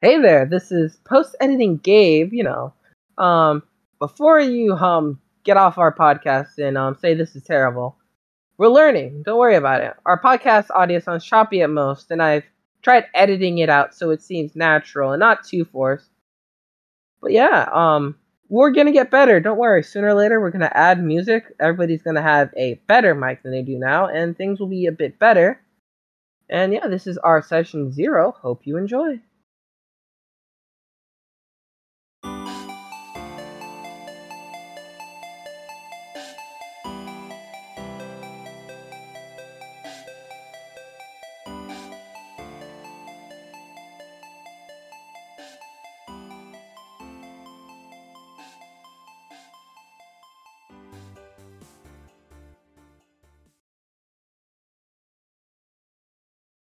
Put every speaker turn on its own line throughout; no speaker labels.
Hey there, this is post editing Gabe, you know. Um, before you um get off our podcast and um say this is terrible, we're learning. Don't worry about it. Our podcast audio sounds choppy at most, and I've tried editing it out so it seems natural and not too forced. But yeah, um we're gonna get better, don't worry. Sooner or later we're gonna add music. Everybody's gonna have a better mic than they do now, and things will be a bit better. And yeah, this is our session zero. Hope you enjoy.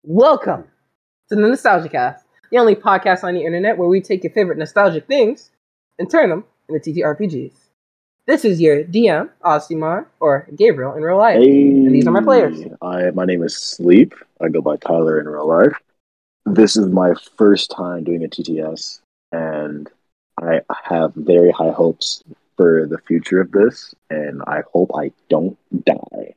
Welcome to the Nostalgia Cast, the only podcast on the internet where we take your favorite nostalgic things and turn them into TTRPGs. This is your DM, Osimar, or Gabriel in real life.
And
these are my players.
I my name is Sleep. I go by Tyler in real life. This is my first time doing a TTS, and I have very high hopes for the future of this. And I hope I don't die.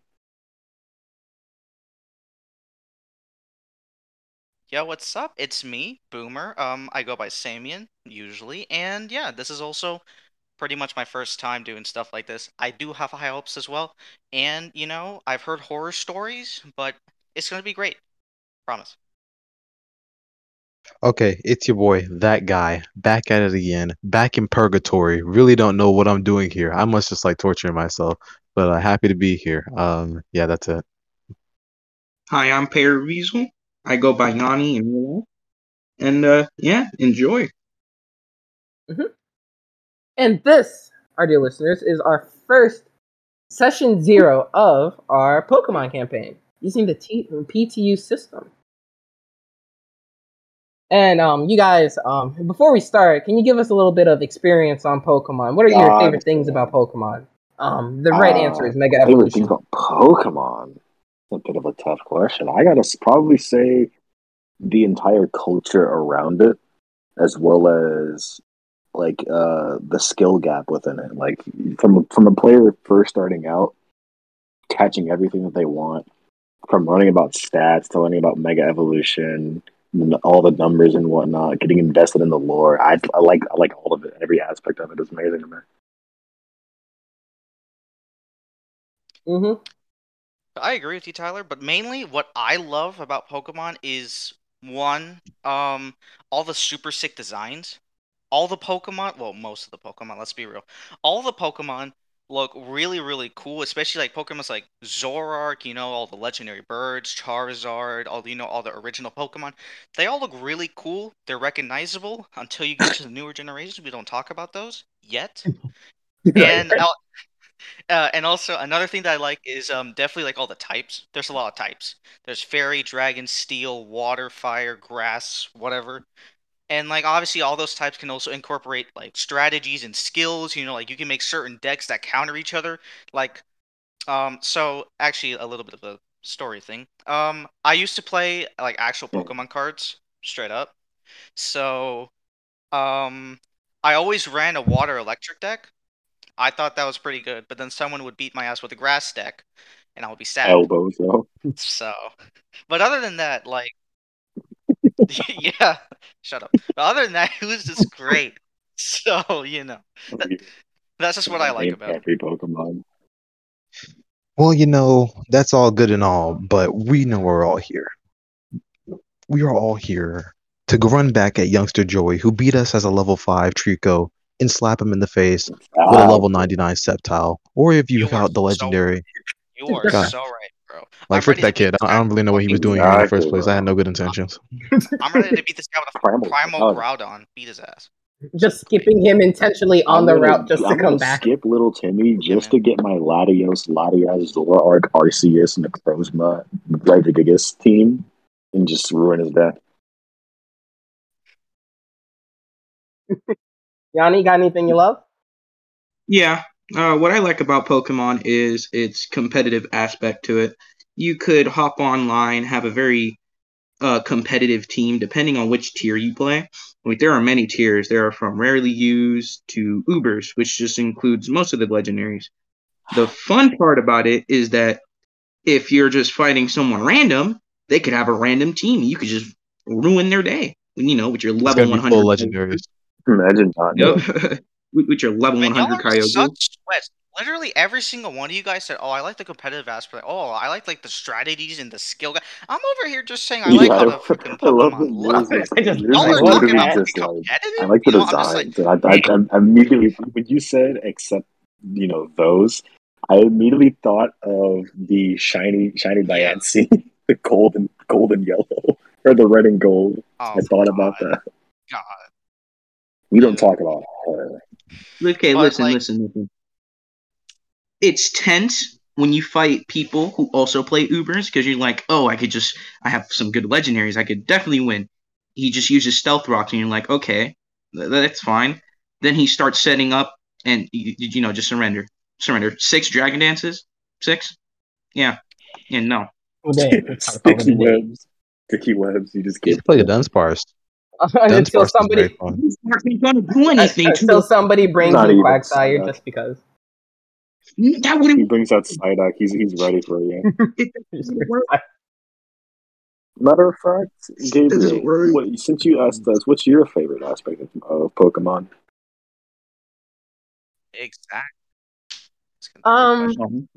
Yo, what's up? It's me, Boomer. Um, I go by Samian usually, and yeah, this is also pretty much my first time doing stuff like this. I do have high hopes as well, and you know, I've heard horror stories, but it's gonna be great. Promise.
Okay, it's your boy, that guy, back at it again, back in purgatory. Really don't know what I'm doing here. I must just like torturing myself, but uh, happy to be here. Um, yeah, that's it.
Hi, I'm Pear Weasel. I go by Yanni and Milo. And uh, yeah, enjoy.
And this, our dear listeners, is our first session zero of our Pokemon campaign using the T- PTU system. And um, you guys, um, before we start, can you give us a little bit of experience on Pokemon? What are your
God.
favorite things about Pokemon? Um, the right
Uh,
answer is Mega
Favorite thing
Evolution.
about Pokemon? It's a bit of a tough question. I gotta s- probably say the entire culture around it, as well as like uh, the skill gap within it. Like from from a player first starting out, catching everything that they want, from learning about stats to learning about Mega Evolution, n- all the numbers and whatnot, getting invested in the lore. I, I like I like all of it. Every aspect of it is amazing to me.
hmm
I agree with you, Tyler, but mainly what I love about Pokemon is one, um, all the super sick designs. All the Pokemon, well, most of the Pokemon, let's be real. All the Pokemon look really, really cool, especially like Pokemon's like Zorark, you know, all the legendary birds, Charizard, all you know, all the original Pokemon. They all look really cool. They're recognizable until you get to the newer generations. We don't talk about those yet. And I'll- uh, and also another thing that I like is um definitely like all the types. There's a lot of types. There's fairy, dragon, steel, water, fire, grass, whatever. And like obviously all those types can also incorporate like strategies and skills, you know, like you can make certain decks that counter each other. Like um so actually a little bit of a story thing. Um I used to play like actual
Mm.
Pokemon cards straight up. So um I always ran a water electric deck. I thought that was pretty good, but then someone would beat my ass with a grass deck, and I would be sad.
Elbows though.
So, but other than that, like, yeah, shut up. But other than that, it was just great. So you know, that's just what I like
Name
about it.
Every Pokemon.
Well, you know, that's all good and all, but we know we're all here. We are all here to run back at youngster Joey, who beat us as a level 5 Trico, and slap him in the face with a
Ah,
level 99 Sceptile. Or if you
You are
count the
so
legendary,
You are
God.
so right, bro.
like,
I'm
frick
ready
that
to beat
kid.
this
I, I
guy
don't
with
really know what he was doing here in the
Exactly,
first place. I had
bro.
no good intentions.
a- I'm ready to beat this guy with a
Primal
primal
Groudon.
Groudon. Beat his ass.
Just skipping him intentionally on
I'm
the
gonna-
route just
I'm
to come
gonna
back.
Skip little Timmy just to get my Latios, Latias, Zoroark, Arceus, Necrozma, Grygigas team, and just ruin his deck.
Yanni, got anything you love?
Yeah. Uh, what I like about Pokemon is its competitive aspect to it. You could hop online, have a very uh, competitive team, depending on which tier you play. Like, there are many tiers. There are from rarely used to Ubers, which just includes most of the legendaries. The fun part about it is that if you're just fighting someone random, they could have a random team. You could just ruin their day. You know, with your
It's
level
gonna be
100.
full legendaries.
Imagine not.
Yep.
knowing.
with, with your level
Man, y'all
100
are
Kyogre.
such sweats. Literally every single one of you guys said, "Oh, I like the competitive aspect. Oh, I like like the strategies and the skill." Guy. I'm over here just saying I
Yeah,
like
I-
how the freaking
I love that
Pokemon look.
yours is,
I just-
yours
I
Y'all
is
are
love
talking
literally
about
that.
just
being
like I
competitive.
like the
You know, I'm just like,
designs, and I, I, I immediately when you said except you know those, I immediately thought of the shiny shiny
Yeah.
Diancie, the gold and gold and yellow, or the red and gold.
"Oh,
I thought about
God,
that.
God."
We don't
Yeah.
talk about her.
Okay,
But,
listen,
like-
listen, listen. It's tense when you fight people who also play Ubers because you're like, oh, I could just, I have some good legendaries. I could definitely win. He just uses stealth rocks, and you're like, okay, th- that's fine. Then he starts setting up, and you, you know, just surrender, surrender. Six dragon dances, six. Yeah, and no.
Well, damn, we're talking about
Sticky
lemonade.
webs, sticky webs. You just
You
get
should play the Dunsparce. Dunsparce
until
is very
somebody
fun.
He's not going to do anything to
until somebody brings
Not
in
even
Quagsire
Psyduck.
just because.
us. That
he
wouldn't.
brings out Psyduck. He's he's ready for you.
It doesn't work.
Matter of fact, Gabriel,
doesn't work.
what, since you asked us, what's your favorite aspect of, of Pokemon?
Exactly. It's gonna be a good
Um,
question.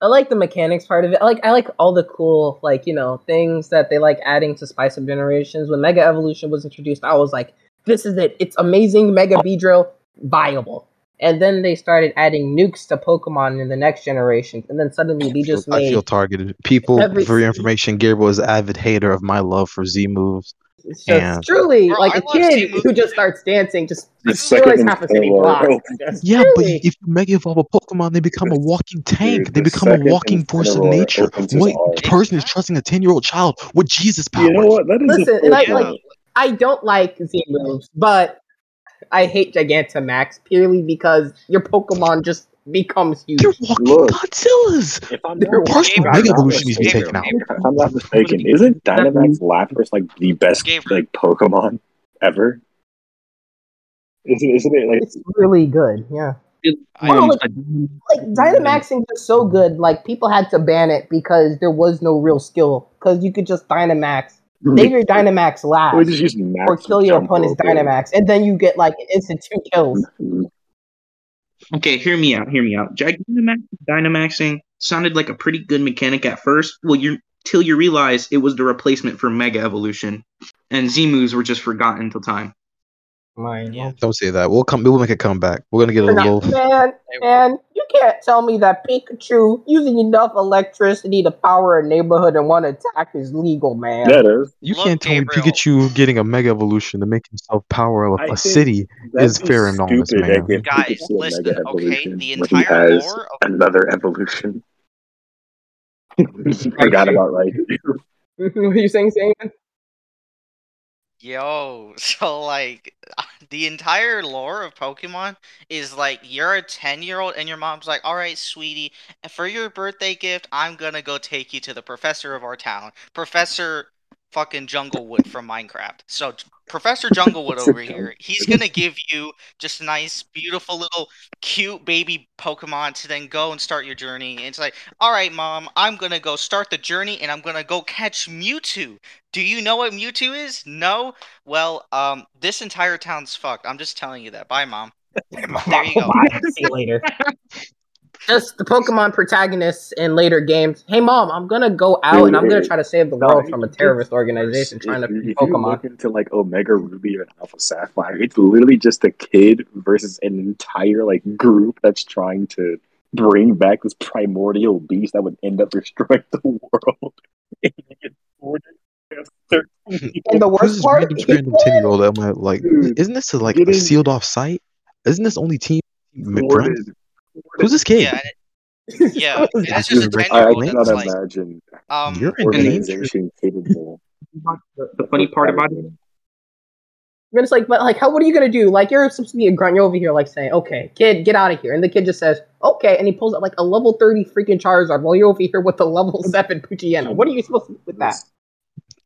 I like the mechanics part of it. I like I like all the cool like you know things that they like adding to Spice of Generations. When Mega Evolution was introduced, I was like, "This is it! It's amazing, Mega Beedrill, viable." And then they started adding nukes to Pokemon in the next generation, and then suddenly they just
I feel
made
targeted. People,
Every-
for your information, Gabriel is an avid hater of my love for Z moves.
it's just
Yeah.
truly
Bro,
like
I
a
love
kid
seeing movies
who just
too.
starts dancing just
The
This is
second
destroys
in
half a city
a row.
blocks. Just
Yeah, but
truly.
if you mega evolve a Pokemon, they become a
This-
walking tank.
Dude,
They
the
become a
second
walking force of
Incineroar
nature.
uh, opens his
What
arms.
person is
Exactly.
trusting a ten-year-old child with Jesus
You know
powers?
what? That is
Listen,
a
and
fair
I
Yeah.
like
point.
I don't like Z moves, but I hate Gigantamax purely because your Pokemon just becomes
They're
huge.
walking
Look,
Godzillas.
if I'm
They're
not,
walking
Partial
if
Gabriel,
I'm
Mega
not
Evolution needs to be
mistaken,
taken
Gabriel,
out.
Gabriel,
if I'm not mistaken, isn't Dynamax Lapras like the best
Gabriel.
like Pokemon ever? Isn't isn't it like
It's really good, yeah.
I-
No,
Um,
like- Like Dynamaxing was so good, like people had to ban it because there was no real skill. Because you could just Dynamax, save your Dynamax
we just
last,
use
or
max
kill your
jump
opponent's
rope? or-
Dynamax, and then you get like an instant two kills.
Mm-hmm.
Okay, hear me out. Hear me out. Gigantamax, Dynamaxing sounded like a pretty good mechanic at first. Well, you till you realize it was the replacement for Mega Evolution, and Z moves were just forgotten until time.
Mine,
Yeah.
Don't say that. We'll come. We'll make a comeback. We're gonna get
No,
a little.
man, man, you can't tell me that Pikachu using enough electricity to power a neighborhood in one attack is legal, man.
That is.
You
Look,
can't tell me
Gabriel.
Pikachu getting a Mega Evolution to make himself power up
I
a
think
city
that'd
is
be
fair and honest,
stupid. I
man.
give
Guys,
Pikachu a mega
listen, okay?
evolution
The
when he
entire
has
lore of
another evolution. Forgot
Raichu.
about right.
what are you saying, Sam?
Yo, so like the entire lore of Pokemon is like you're a 10 year old and your mom's like, all right, sweetie, for your birthday gift, I'm gonna go take you to the professor of our town, Professor fucking Junglewood from Minecraft. So, J- Professor Junglewood over here, he's gonna give you just nice, beautiful little cute baby Pokemon to then go and start your journey. And it's like, all right, mom, I'm gonna go start the journey and I'm gonna go catch Mewtwo. Do you know what Mewtwo is? No? Well, um, this entire town's fucked. I'm just telling you that. Bye, mom. There you go.
Bye. See you later. Just the Pokemon protagonists in later games. Hey, mom, I'm gonna go out and I'm gonna try to save the
No,
world
it-
from a
it's
terrorist
worse.
organization trying
If
to
you,
free
if you look
Pokemon.
into like Omega Ruby or Alpha Sapphire, it's literally just a kid versus an entire like group that's trying to bring back this primordial beast that would end up destroying the world. And you get four to thirteen
And
people.
the
Who's
worst
this
part,
random,
he
random ten-year-old? Am I like?
Dude,
Isn't this like a
getting
sealed-off site? Isn't this only Team McBrun?
thwarted. thwarted.
Who's this kid?
Yeah, and it, yeah, and
This
it's just a
dude
ten
I, I
year old
recognizes names.
cannot
that's like,
imagine
You're
um,
in
And
danger.
organization capable
the, the
of
funny part about it,
repetitive.
And it's like, but like, how? What are you gonna do? Like, you're supposed to be a grunt. You're over here, like saying, "Okay, kid, get out of here." And the kid just says, "Okay," and he pulls out like a level thirty freaking Charizard while you're over here with the level seven Poochyena. What are you supposed to do with that?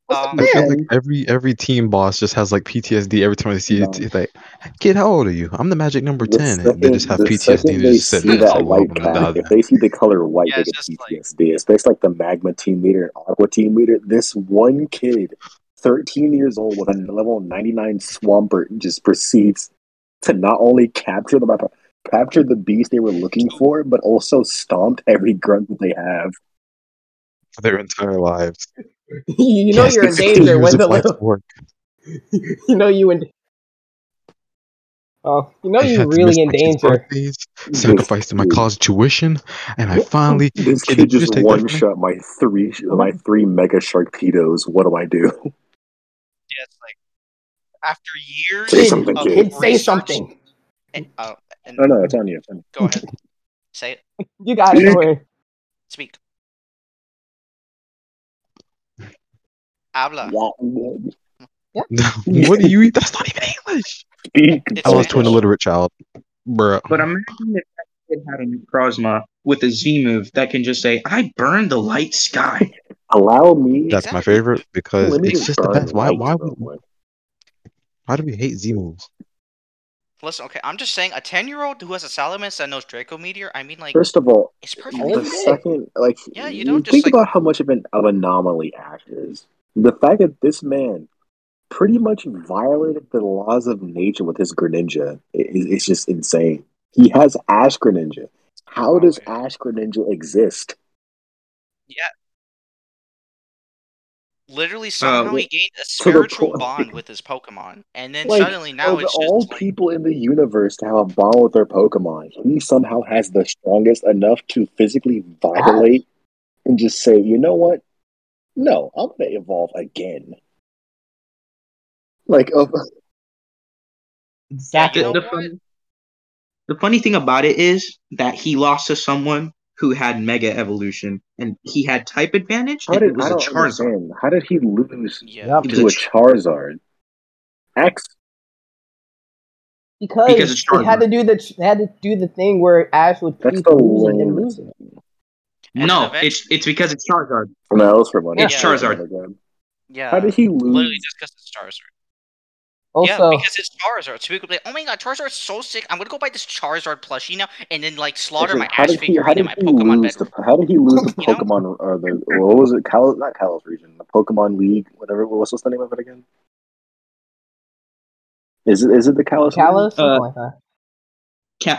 Um,
I feel
Man.
like every every team boss just has like PTSD every time they see it.
No.
It's like, kid, how old are you? I'm the magic number
The
ten. and they just have
the
PTSD and
second
they
they
just sit
see
there. It's
that
like,
white
welcome to
cat,
Dada.
if they see the color white,
Yeah,
they
it's
get
just like-
PTSD. It's based like the magma team leader and aqua team leader. This one kid, 13 years old, with a level 99 Swampert, just proceeds to not only capture the map, capture the beast they were looking for, but also stomped every grunt that they have.
for their entire lives.
you know
Yes,
you're
the
in
16
danger
years
when
of
the
life
little
work.
you know you in oh you know
I
you
had to
really in
miss my kids'
danger
birthdays,
This
sacrificed my
kid-
college tuition, and I finally,
This
kid, did
kid
you
just
just take that
one
from me?
shot my three my three mega sharpedos. What do I do?
yeah, it's like after years
Say
Kid,
something,
of
kid.
kid say
research,
something
And, uh, and
No, no, it's on you. It's on you.
go ahead, say it,
you got it don't
Dick.
worry
speak. Habla.
Yeah.
what do you eat? That's not even English.
Speak.
It's
I lost to an
Spanish.
illiterate child, bro.
But imagine if that kid had a Necrozma with a Z move that can just say, I burn the light sky.
Allow me.
That's my
Exactly.
favorite because
Let me
it's
just
just the
burn
best. Why?
lights
Why?
real
would-
quick.
Why do we hate Z moves?
Listen, okay, I'm just saying a 10 year old who has a Salamence that knows Draco Meteor, I mean, like,
First of all,
it's perfectly.
the
Alan's
fine.
dick.
second, like,
Yeah, you don't just,
think
like-
about how much of an of anomaly Ash is. The fact that this man pretty much violated the laws of nature with his Greninja is it's just insane. He has Ash Greninja. How
Wow,
does
dude.
Ash Greninja exist?
Yeah. Literally, somehow he gained
Uh, to
a
the
spiritual
point-
bond with his Pokemon, and then
Like,
suddenly now
of
it's
all
just like,
people in the universe to have a bond with their Pokemon, he somehow has the strongest enough to physically violate and just say, you know what? No, I'm gonna evolve again. Like, of
yeah, you
exactly
know
the,
what?
funny, the funny thing about it is that he lost to someone who had Mega Evolution, and he had type advantage,
how
and
did
it was
I
a
don't
Charizard.
understand? How did he lose
Yeah.
Yep.
It was
to
a
a Charizard? X
because,
Because it's
they had to
Charizard.
do the they had to do the thing where Ash would
that's
keep
the
losing and
lamest.
losing.
And
no,
then eventually-
it's it's because it's Charizard.
No, that was for money.
It's
Yeah.
Charizard.
Yeah.
How did he
Literally
lose?
just because it's Charizard.
Also,
yeah, because it's Charizard. So people be like, oh my god, Charizard's so sick. I'm gonna go buy this Charizard plushie now and then like slaughter my
how
Ash
did he? How
figurine in
did
my
he
Pokemon
lose?
bed.
The, how did he lose the
You know?
Pokemon or the what was it? Cal, not Kalos region. The Pokemon League. Whatever. What's what's the name of it again? Is it is it the Kalos? League?
Kalos, something
Uh,
like that.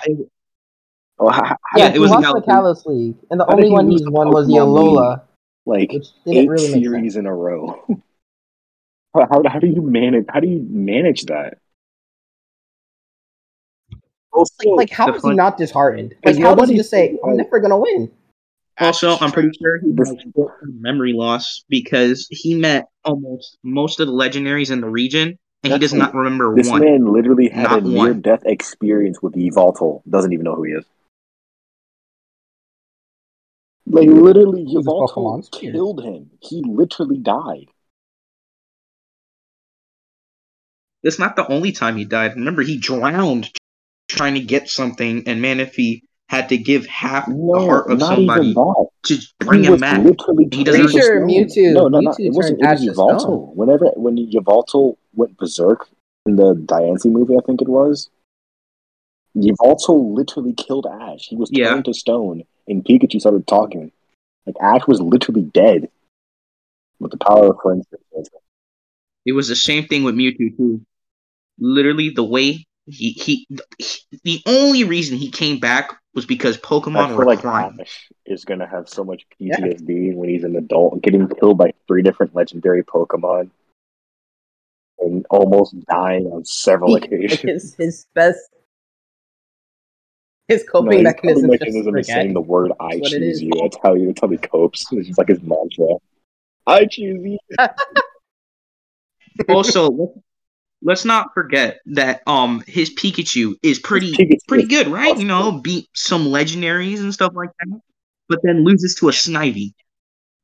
Ca-
Oh, how, how
yeah,
yeah,
it
he
was the
lost the
Kalos League.
Kalos League, and the
How did
only
he
one
lose
he's
the
won was
Pokemon
Yolola,
like
which didn't
eight
really make sense.
series in a row. how, how how do you manage? How do you manage that?
Like,
Also,
like how
the
is he
fun-
not disheartened?
Is
Like, how does he
nobody-
just say, "I'm
like-
never gonna win"?
Ash
Also,
is
I'm pretty
trash.
sure he
The-
has short-term memory loss because he met almost most of the legendaries in the region, and he does
That's-
not remember
This
one.
man literally had
Not
a near
one.
death experience with Yveltal. Doesn't even know who he is. Like literally,
Who's this
Yveltal
Pokemon's weird.
killed him. He literally died.
That's not the only time he died. Remember, he drowned trying to get something, and Manaphy had to give half the
No,
heart of
not even
somebody
that.
to
He
bring him
was
back.
literally
He
turned
doesn't
Pretty
into
sure
stone.
Mewtwo,
No, no, no. It
Mewtwo
wasn't.
turned
It was
Ash to stone.
Yveltal. Whenever when Yveltal went berserk in the Diancie movie, I think it was. Yveltal literally killed Ash. He was
Yeah.
turned to stone, and Pikachu started talking. Like Ash was literally dead with the power of friendship.
It was the same thing with Mewtwo too. Literally, the way he he, he the only reason he came back was because
I
Pokemon
feel
were
like
crying.
Ash is gonna have so much
Yeah.
PTSD when he's an adult, getting killed by three different legendary Pokemon and almost dying on several
He,
occasions.
his his best his
No,
coping
his coping
mechanism is just to
mechanism
forget.
is saying the word "I
That's what it
choose
is.
you." That's how he, that's how he copes. It's just like his mantra. I choose you.
Also, let's- let's not forget that um his Pikachu is
His
pretty
Pikachu
pretty
is
good, right? You
awesome.
know, beat some legendaries and stuff like that, but then loses to a Snivy,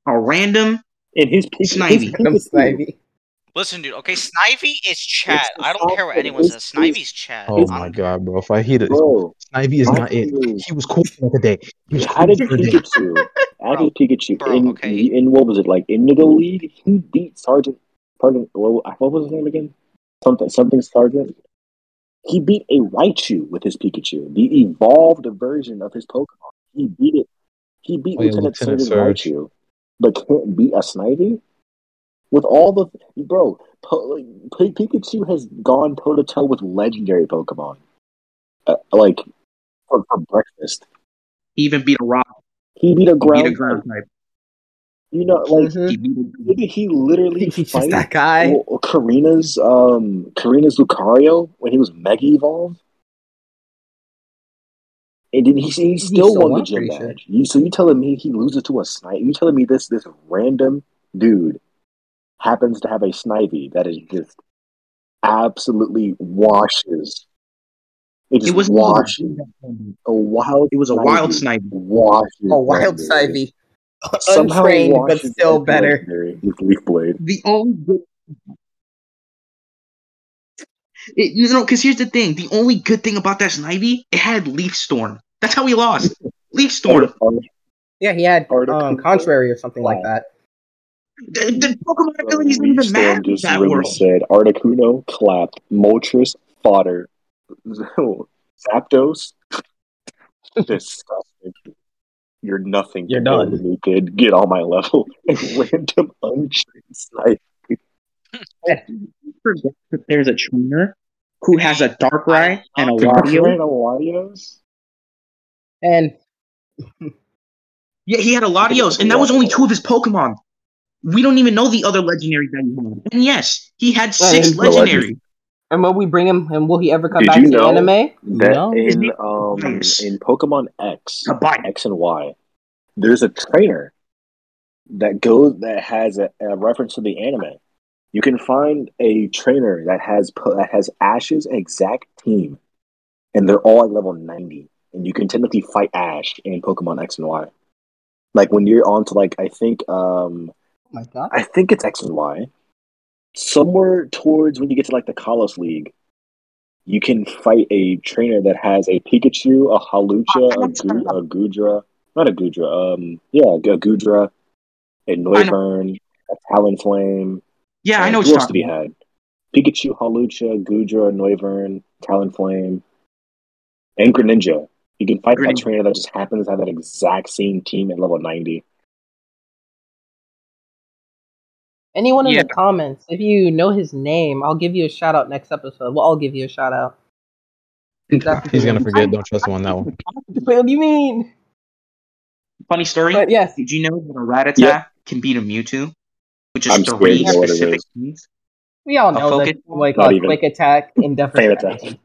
a random
and his Pikachu, his
Snivy.
Random
Pikachu,
Snivy.
Listen, dude, okay, Snivy is Chad.
It's the
I don't care what
fact that
anyone
his-
says. Snivy's Chad.
Oh
his-
I
my
don't care.
god, bro! If I hit it,
bro.
Snivy is
My
not it.
thing is,
He was cool for like a day. He was
how
cool
did
for a day.
Pikachu? Actual Pikachu
Bro,
in,
okay.
in what was it like Indigo League? He beat Sergeant. Sergeant. What what was his name again? Something. Something Sergeant. He beat a Raichu with his Pikachu, the evolved version of his Pokemon. He beat it. He beat
Oh, yeah,
Lieutenant,
Lieutenant
Surgeon
Surge.
Raichu, but can't beat a Snivy. With all the bro, po, like, P- Pikachu has gone toe to toe with legendary Pokemon, uh, like for, for breakfast.
He even beat a rock.
He beat a
He beat a
ground.
ground
type.
type.
You know, like
Mhm.
He beat a,
Did he literally
He's just
fight
that guy.
well, Karina's um Karina's Lucario when he was Mega Evolved? And did he, he still
still
won
won,
the gym
pretty sure.
badge? You, so you telling me he loses to a Snivy? You telling me this this random dude happens to have a Snivy that is just absolutely washes? It
it
just
wasn't even
washes
a
a wild.
It was a wild
Snivy
Snivy.
Washes
A wild
legendary.
Snivy,
Somehow
untrained but
washes
still
every
better.
legendary with Leaf Blade.
The only good. It, you know, because here's the thing: the only good thing about that Snivy, it had Leaf Storm. That's how we lost. Leaf Storm.
Yeah, he had
Article-
um, contrary or something like that.
The, the Pokemon abilities don't
Leaf
even matter
Storm
in
just
that
really
world.
said Articuno, clapped, Moltres, fodder, Zapdos. Disgusting. You're nothing
You're
compared
done.
to me, kid. Get on my level. And random untrained snipe.
Forget that There's a trainer who has a Darkrai
I
and a
love
Wario.
Random Latios?
And
Yeah, he had a Latios, and that was only two of his Pokemon. We don't even know the other legendary that he had. And yes, he had six
he's
the legend.
legendary.
and will we bring him? And will he ever come
Did
back
you
to
know
anime? Oh
That
no.
in um in Pokemon X,
Tobias.
X and Y, there's a trainer that goes that has a, a reference to the anime. You can find a trainer that has po- that has Ash's exact team, and they're all at level ninety, and you can technically fight Ash in Pokemon X and Y. Like when you're on to like I think um
Oh my God.
I think it's X and Y, somewhere towards when you get to like the Kalos League, you can fight a trainer that has a Pikachu, a
Oh,
Halucha, a, Gu- a Gudra, not a Gudra, um yeah, a Gudra, a
I know.
Noivern, a Talonflame.
Yeah, I
Uh,
know what
who
you're
else did
talking
he
about.
had? Pikachu, Halucha, Gudra, Noivern, Talonflame, and Greninja. You can fight that
Greninja.
trainer that just happens to have that exact same team at level 90.
Anyone in
Yeah.
the comments, if you know his name, I'll give you a shout out next episode. Well, I'll give you a shout out. That's
He's gonna
good.
forget. Don't trust him on that one.
What do you mean?
Funny story.
But yes,
Did you know that a Rattata
Yep.
can beat a Mewtwo? Which is
I'm scared
three
to know what it
specific
is.
things.
we all
A
know
focus
that what you
Not
call it,
even.
quick attack and defer
Same attack.
strategy.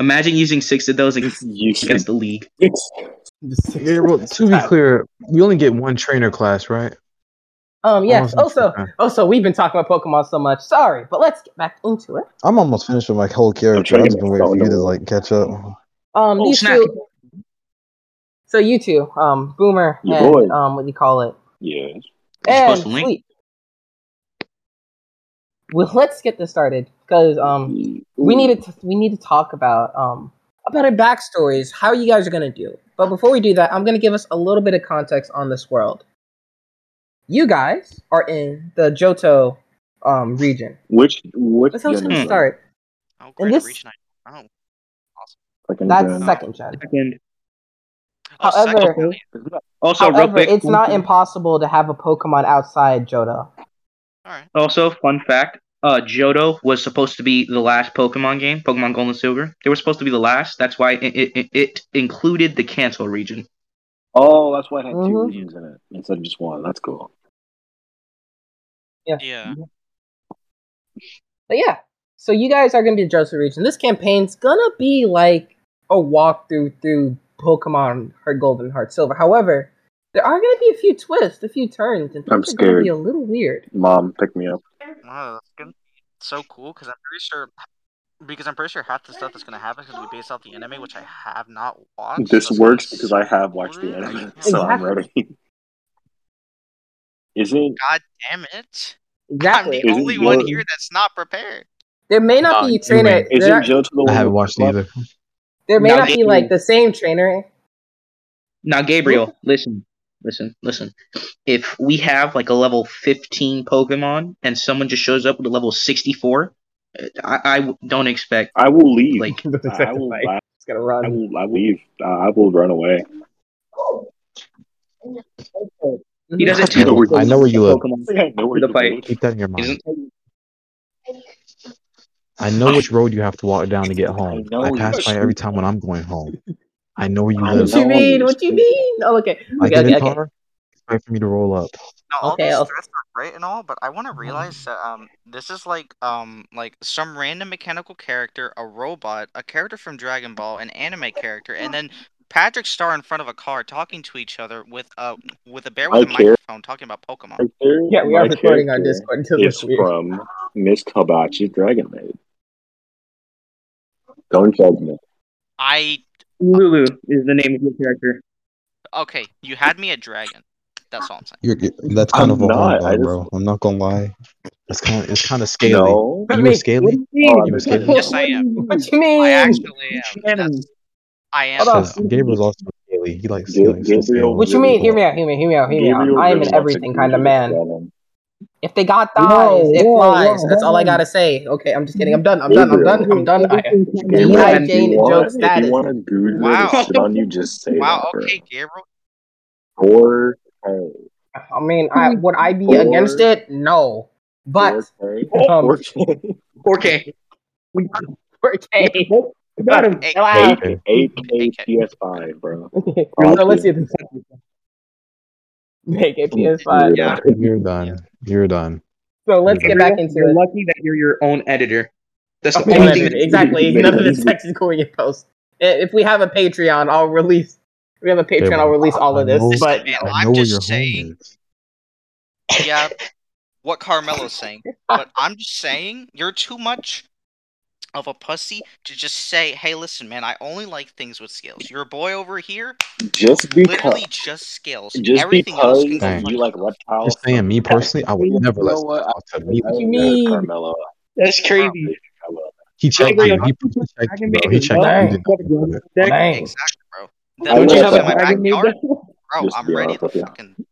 Imagine using six of those
It's
against
useless.
the league.
It's,
Yeah, well, to be clear, we only get one trainer class, right?
Um, yes.
Almost
Also,
okay.
also, we've been talking about Pokemon so much. Sorry, but let's get back into it.
I'm almost finished with my whole
I'm
character.
trying
I've
to
just
get
been
my
waiting for
phone
you
to
to
work.
like catch up.
Um,
Oh,
these
snap.
two. So you two, um, Boomer
Your
and
boy.
um, what do you call it?
Yeah.
Did you
And
post the link?
Sleep. Well, let's get this started because um, we needed to, we need to talk about um about our backstories, how you guys are gonna do. But before we do that, I'm gonna give us a little bit of context on this world. You guys are in the Johto um region.
Which, which
That's how it's
gen
gonna
is that?
Hmm.
start.
Oh, great!
this-
a region I oh,
Second
That's
gen.
second gen.
Second.
oh, second
However-
gen,
Also, real
However,
quick.
it's not impossible to have a Pokemon outside Johto.
yeah. All right.
Also, fun fact: uh, Johto was supposed to be the last Pokemon game, Pokemon Gold and Silver. They were supposed to be the last. That's why it, it, it- it included the cancel region.
Oh, that's why it had two
Mhm.
regions in it instead of just one. That's cool.
Yeah.
But yeah, so you guys are gonna be in Johto region. This campaign's gonna be like a walkthrough through Pokemon Heart Gold and Heart Silver. However, there are gonna be a few twists, a few turns, and
I'm
things are gonna be a
scared.
little weird.
Mom, pick me up.
Wow, that's gonna be so cool because I'm pretty sure because I'm pretty sure half the stuff that's gonna happen is gonna be based off the anime, which I have not watched.
This
so it's gonna be
works because I
so
have watched the
weird. I
anime,
can't-
so I'm
Exactly.
ready. Isn't
God damn it! I'm
Exactly.
the
Isn't
only one
Joe-
here that's not prepared.
there may not be a
Uh, you mean-
trainer.
isn't
There,
Johto the
I
one
haven't
with
watched
flip
either.
There may
Now
not
they-
be like the same trainer.
Now, Gabriel, listen, listen, listen. If we have like a level 15 Pokemon and someone just shows up with a level 64, uh, I, I w- don't expect
I will leave.
like um,
I- I, will, I,
It's gonna
I
run.
will. I will leave. Uh, I will run away.
Mm-hmm.
he doesn't
I know
tell
where- I know where you live.
Pokemon.
I think I know where
The
you
fight.
live.
Keep that in your mind.
Isn't
I know which road you have to walk down to get home.
know
I,
you
pass by every time when I'm going home. I know where you
I
live.
What you
No
mean?
one
What you
understood.
mean? Oh, okay.
I
Okay,
get
okay,
in
okay.
car. Expect for me to roll up.
No, all
Okay,
these
I'll-
threats are great and all, but I want to realize that um, this is like um, like some random mechanical character, a robot, a character from Dragon Ball, an anime character, and then Patrick Star in front of a car talking to each other with uh with a bear
My
with a
character-
microphone talking about Pokemon.
Character-
Yeah, we
my
are recording on
character
Discord. It does
Is
look weird.
from Miss Kabachi's Dragon Maid. Don't judge me.
I
Lulu is the name of your character.
okay, you had me at dragon. That's all I'm saying.
You're, you're- that's kind
I'm
of a
not,
horn
I
dog,
just-
bro. I'm not gonna lie. It's kind. Of, it's kind of scaly.
No.
You were
Wait,
scaly.
do you
Oh,
You were
I'm
scaly.
kidding.
Yes, I am.
What you
I
mean?
actually am.
Shannon.
That's I am.
Hold on.
Because Gabriel's also scaly. He likes he
Ga-
likes some
Gabriel-
scaly.
What you mean? Hear me out. Hear me. Hear me out. Hear me out.
Gabriel
I am
really
an
wants to
everything kind of
Gabriel
man.
Shannon.
If they got
Whoa,
thighs, it
whoa,
flies.
whoa,
That's all I
hold on.
gotta say. Okay, I'm just kidding. I'm done. I'm done. I'm done.
Gabriel.
I'm done. I,
Gabriel,
DI
man.
if you
Jane joke
want, if you
status.
want to do
Wow.
little shit on you, just say
Wow,
that,
okay, Gabriel.
bro. Or hey,
I mean, I would I be
Or-
against it? No, but
okay,
um,
Okay. We
4K.
got him.
Hey,
Wow.
Okay.
8K PS5 bro.
uh, so let's see this. Make it PS5.
Yeah.
You're done. You're done.
So let's
You're
get back into
You're
it.
lucky that you're your own editor. That's the
Our own
only thing
editor.
that's
Exactly.
Make
None of
it
this
easy.
text is going in post. I- If we have a Patreon, I'll release. If we have a Patreon, I'll
Gabriel,
release all
I
of this.
know.
But
man,
no.
I
I'm
know where
just
your home
saying-
is.
yeah, what Carmelo's saying, but I'm just saying you're too much of a pussy to just say, "Hey, listen, man, I only like things with skills." Your boy over here,
Just
literally
because,
just skills.
just
Everything else can
because
go
Dang.
you
fuck
like
yourself.
I'm
reptiles.
just saying, me personally, I would
You
never let
know
someone
what?
talk to me
I
What
like
you
that.
love
mean?
Carmelo.
that's
crazy.
crazy.
Carmelo.
He checked
Gabriel,
you.
don't
He
you
he
think
checked
Dragon
you,
Maid
bro. He
is
checked
love?
you. You
Dang.
did
You
not
got a gun
deserve it.
deck?
Dang.
Exactly, bro.
I
That
Don't
love
you
bitch is
have a
in
that.
my
Dragon Maid
backyard,
deck?
bro.
Just to
I'm
be
ready
honest
to
with you.
fucking.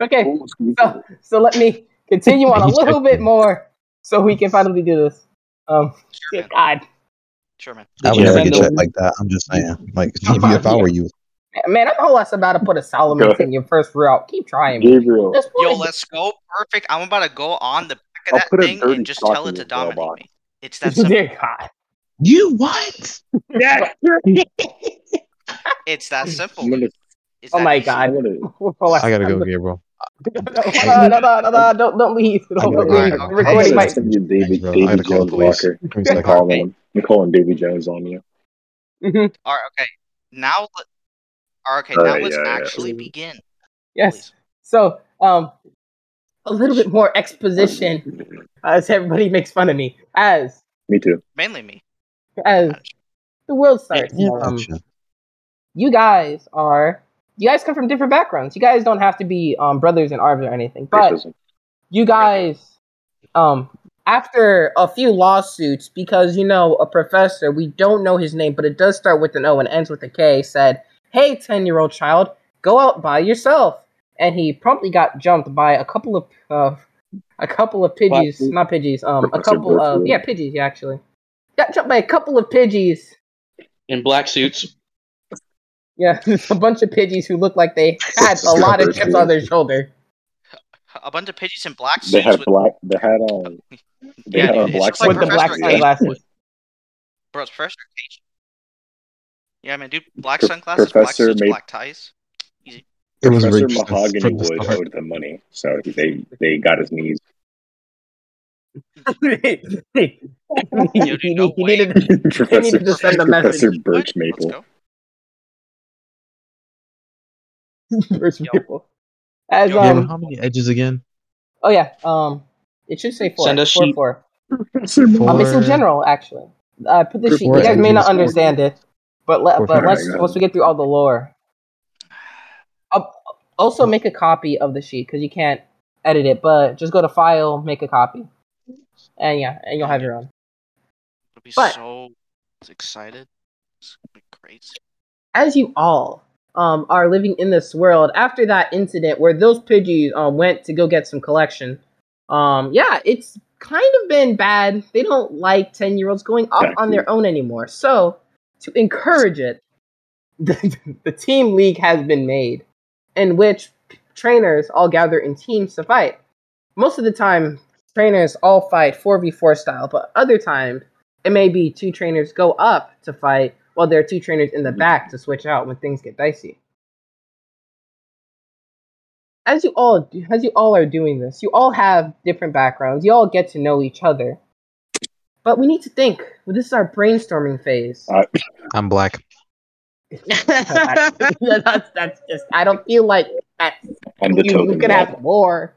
Okay.
Oh, excuse me.
So so let me continue on a
He
little
checked
bit
you.
more, so we can finally do this. Um.
Sure,
Good
man.
God,
Sure, man.
I
Did
would
you
Yeah.
never
send
get
the
checked like that. I'm just saying. Like, if,
Fuck
if I
you.
were you,
man! I'm whole ass about to put a Solomon
Go.
in your first route. Keep trying me.
Gabriel,
Just put
Yo,
it-
let's go. Perfect. I'm about to go on the back of
I'll
that
put a
thing
dirty
and just
sock
tell
in
it to
your
dominate
mailbox.
me. It's that simple.
Dear God.
you what?
Yeah.
It's that simple,
I'm gonna.
Louis. It's
Oh
that
my
easy.
God.
I'm gonna.
We're
Oh,
full of-
I gotta go, Gabriel.
Hold on, hold on, hold on. Don't, don't leave.
I
Don't, don't
gotta go.
leave.
I
The recording
I'm gonna
Alright,
gotta go. I gotta
might.
go.
send you
Thanks,
Davy
bro. I
Davy
gotta call the
Jones
police.
Walker.
Give me a
I'm
second.
calling him. I'm calling Davy Jones on you.
Mhm.
All right, okay. Now, let- all right, okay.
All
Now
right,
let's
Oh, yeah, yeah.
actually begin,
yes.
please.
So, um, a little bit more exposition as everybody makes fun of me as
Me too.
Mainly me.
as the world starts.
Yeah,
Um,
gotcha.
you guys are you guys come from different backgrounds. You guys don't have to be um brothers in arms or anything, but
Racism.
you guys um after a few lawsuits because you know a professor we don't know his name but it does start with an o and ends with a k said hey 10 year old child go out by yourself and he promptly got jumped by a couple of uh, a couple of pidgeys
Blackbeard.
not pidgeys um a
Professor
couple of
Birchwood.
yeah pidgeys yeah, actually got jumped by a couple of pidgeys
In black suits.
yeah a bunch of pidgeys who looked like they had a
Professor
lot of
Birchwood.
chips on their shoulder
A bunch of pigeons in black suits
They had
with
black. They had um. They
Yeah,
had
dude,
on
it's
black
just like
with the black
Professor X.
sunglasses
bro. It's first occasion. Yeah, man, dude. Black
Pro-
sunglasses, black
Professor
suits,
made-
black ties.
It was
Professor
rigged from,
Mahogany
from the
Wood
start.
owed them money, so they they got his knees.
he,
Yo, dude, no
he
way.
needed to
Professor
needed to send a message.
Professor
What?
Birch
Let's
Maple.
go.
Birch
Yo.
Maple. As
Yo.
Gabriel,
um
how many edges again?
oh yeah um it should say four
Send us
four
sheep.
four
Professor Mahogany.
um it's in
Four-
general actually I put the sheet
Four
you guys may
edges.
not understand it but let
Four
but
fingers.
let's
Oh my God.
once we get through all the lore I'll also make a copy of the sheet because you can't edit it but just go to file make a copy and yeah and you'll have your own
It'll be
But-
so. was excited. It's gonna be great.
as you all um, are living in this world after that incident where those Pidgeys um, went to go get some collection, um, yeah, it's kind of been bad. They don't like 10 year olds going off on their own anymore. So, to encourage it, the, the team league has been made in which trainers all gather in teams to fight. Most of the time, trainers all fight 4v4 style, but other times, it may be two trainers go up to fight while there are two trainers in the
Mm-hmm.
back to switch out when things get dicey. As you all as you all are doing this, you all have different backgrounds. You all get to know each other. But we need to think. This is our brainstorming phase.
Uh,
I'm black.
that's, that's just I don't feel like that's
I'm the
you,
token.
you could
god.
have more.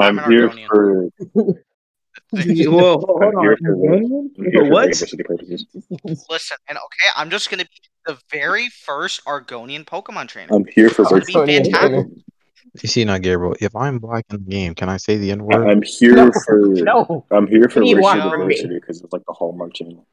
I'm,
Oh, an
here
Argonian.
for
Whoa, hold
I'm here
on.
for
Argonian?
I'm here for
What?
diversity purposes.
Listen, and okay, I'm just gonna be the very first Argonian Pokemon trainer.
I'm here for
It's gonna be
Argonian
diversity.
fantastic.
trainer.
You see now, Gabriel, if I'm black in the game, can I say the N
I-
word?
I'm here
No,
for
no.
I'm here for
You need
racial
one
from me.
diversity because it's like the Hallmark Channel.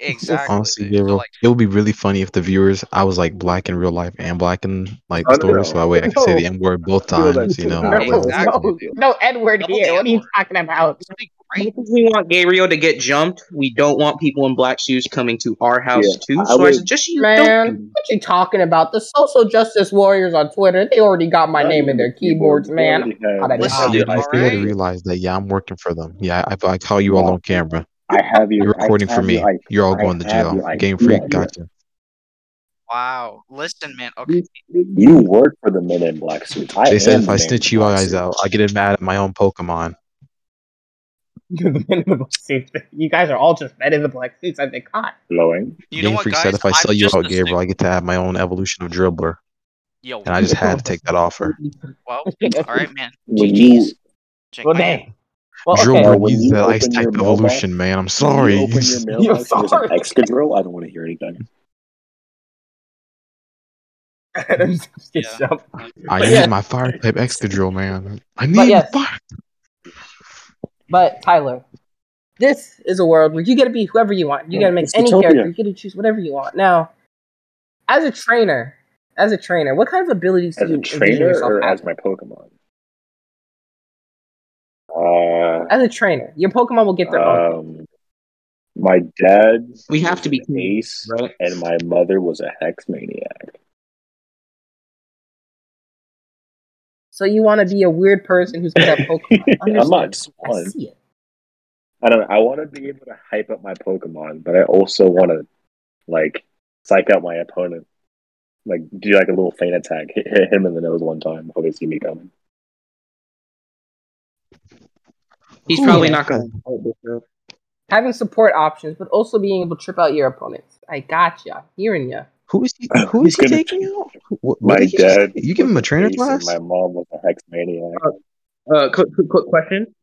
Exactly.
Honestly,
dude. So
Gabriel,
like,
it would be really funny if the viewers, I was like black in real life and black in like
I don't
the story,
know.
so that way I could say the N word both
Feel that
times, you
shit
know,
No,
that way
happening.
we're
Exactly.
fucking
no,
good.
no, Edward
double
here.
the
What are you
N-word.
talking about?
It's gonna be great.
Because we want Gabriel to get jumped. We don't want people in black shoes coming to our house
Yeah,
too.
I
So I
would-
suggest you don't
Man,
do that.
what you talking about? The social justice warriors on Twitter, they already got my
Not
name
even
in their
the keyboard.
keyboards,
They
man.
already
How that
have. They
job.
Listen,
have your
dude,
Dude, I
last
still got to
name.
alright?
realize that, yeah, I'm working for them. Yeah, I, I call you all
Nah,
on camera.
I have
You're
your. I
recording for
have your.
me.
I.
You're all
I
going to
have
jail.
your
Game
idea
freak,
here.
gotcha.
Wow. Listen, man. Okay.
You-
You work for the men in black suits. I
They said
am
if
the
I
man in
snitch you
black
guys
suit.
out, I get mad at my own Pokemon.
you guys are all just men in the black suits. I've been caught.
Blowing.
You know
Game
what,
Freak said
guys?
if I
I'm
sell you
just
out,
as
Gabriel, I get to have my own evolution of Dribbler.
yo.
And I just had to take that offer.
Well, all
well,
right, man.
When
GG's.
you
Jake, bye.
dang. Well, okay.
uh,
Dribbler
when
needs
you
that ice
open
type
your mailbox,
evolution, man. I'm
when you
sorry.
open your
You're
mailbox and there's an
sorry.
Excadrill, I don't want to hear anything.
I'm just
Yeah.
jump.
Like,
I
But
need
yeah,
my fire type Excadrill, man. I
but
need my
yes,
fire.
but Tyler, this is a world where you get to be whoever you want. You get
Yeah,
to make
it's
any
utopia.
character. You get to choose whatever you want. Now, as a trainer, as a trainer, what kind of abilities do
As a
you envision
trainer
yourself
or as
having?
my Pokemon? Uh,
As a trainer, your Pokemon will get their own.
um, my dad
We have
was
to be
an ace,
right?
and my mother was a hex maniac.
So you want to be a weird person who's good at Pokemon.
I'm not
Understand?
just
I
one.
see it.
I don't. know, I want to be able to hype up my Pokemon, but I also want to like psych out my opponent. Like do like a little feint attack, hit, hit him in the nose one time. Hope he see me coming.
He's
Ooh,
probably
Yeah.
not
okay.
going to fight this though.
Having support options, but also being able to trip out your opponents. I gotcha. Hearing ya.
Who is he? Who
Who's
is he
gonna?
taking out? Who- What, what
My
did he just say?
dad
You give
was
him a
an
trainer
ace, and
class?
my mom was a hex maniac.
Uh, quick, quick, quick question.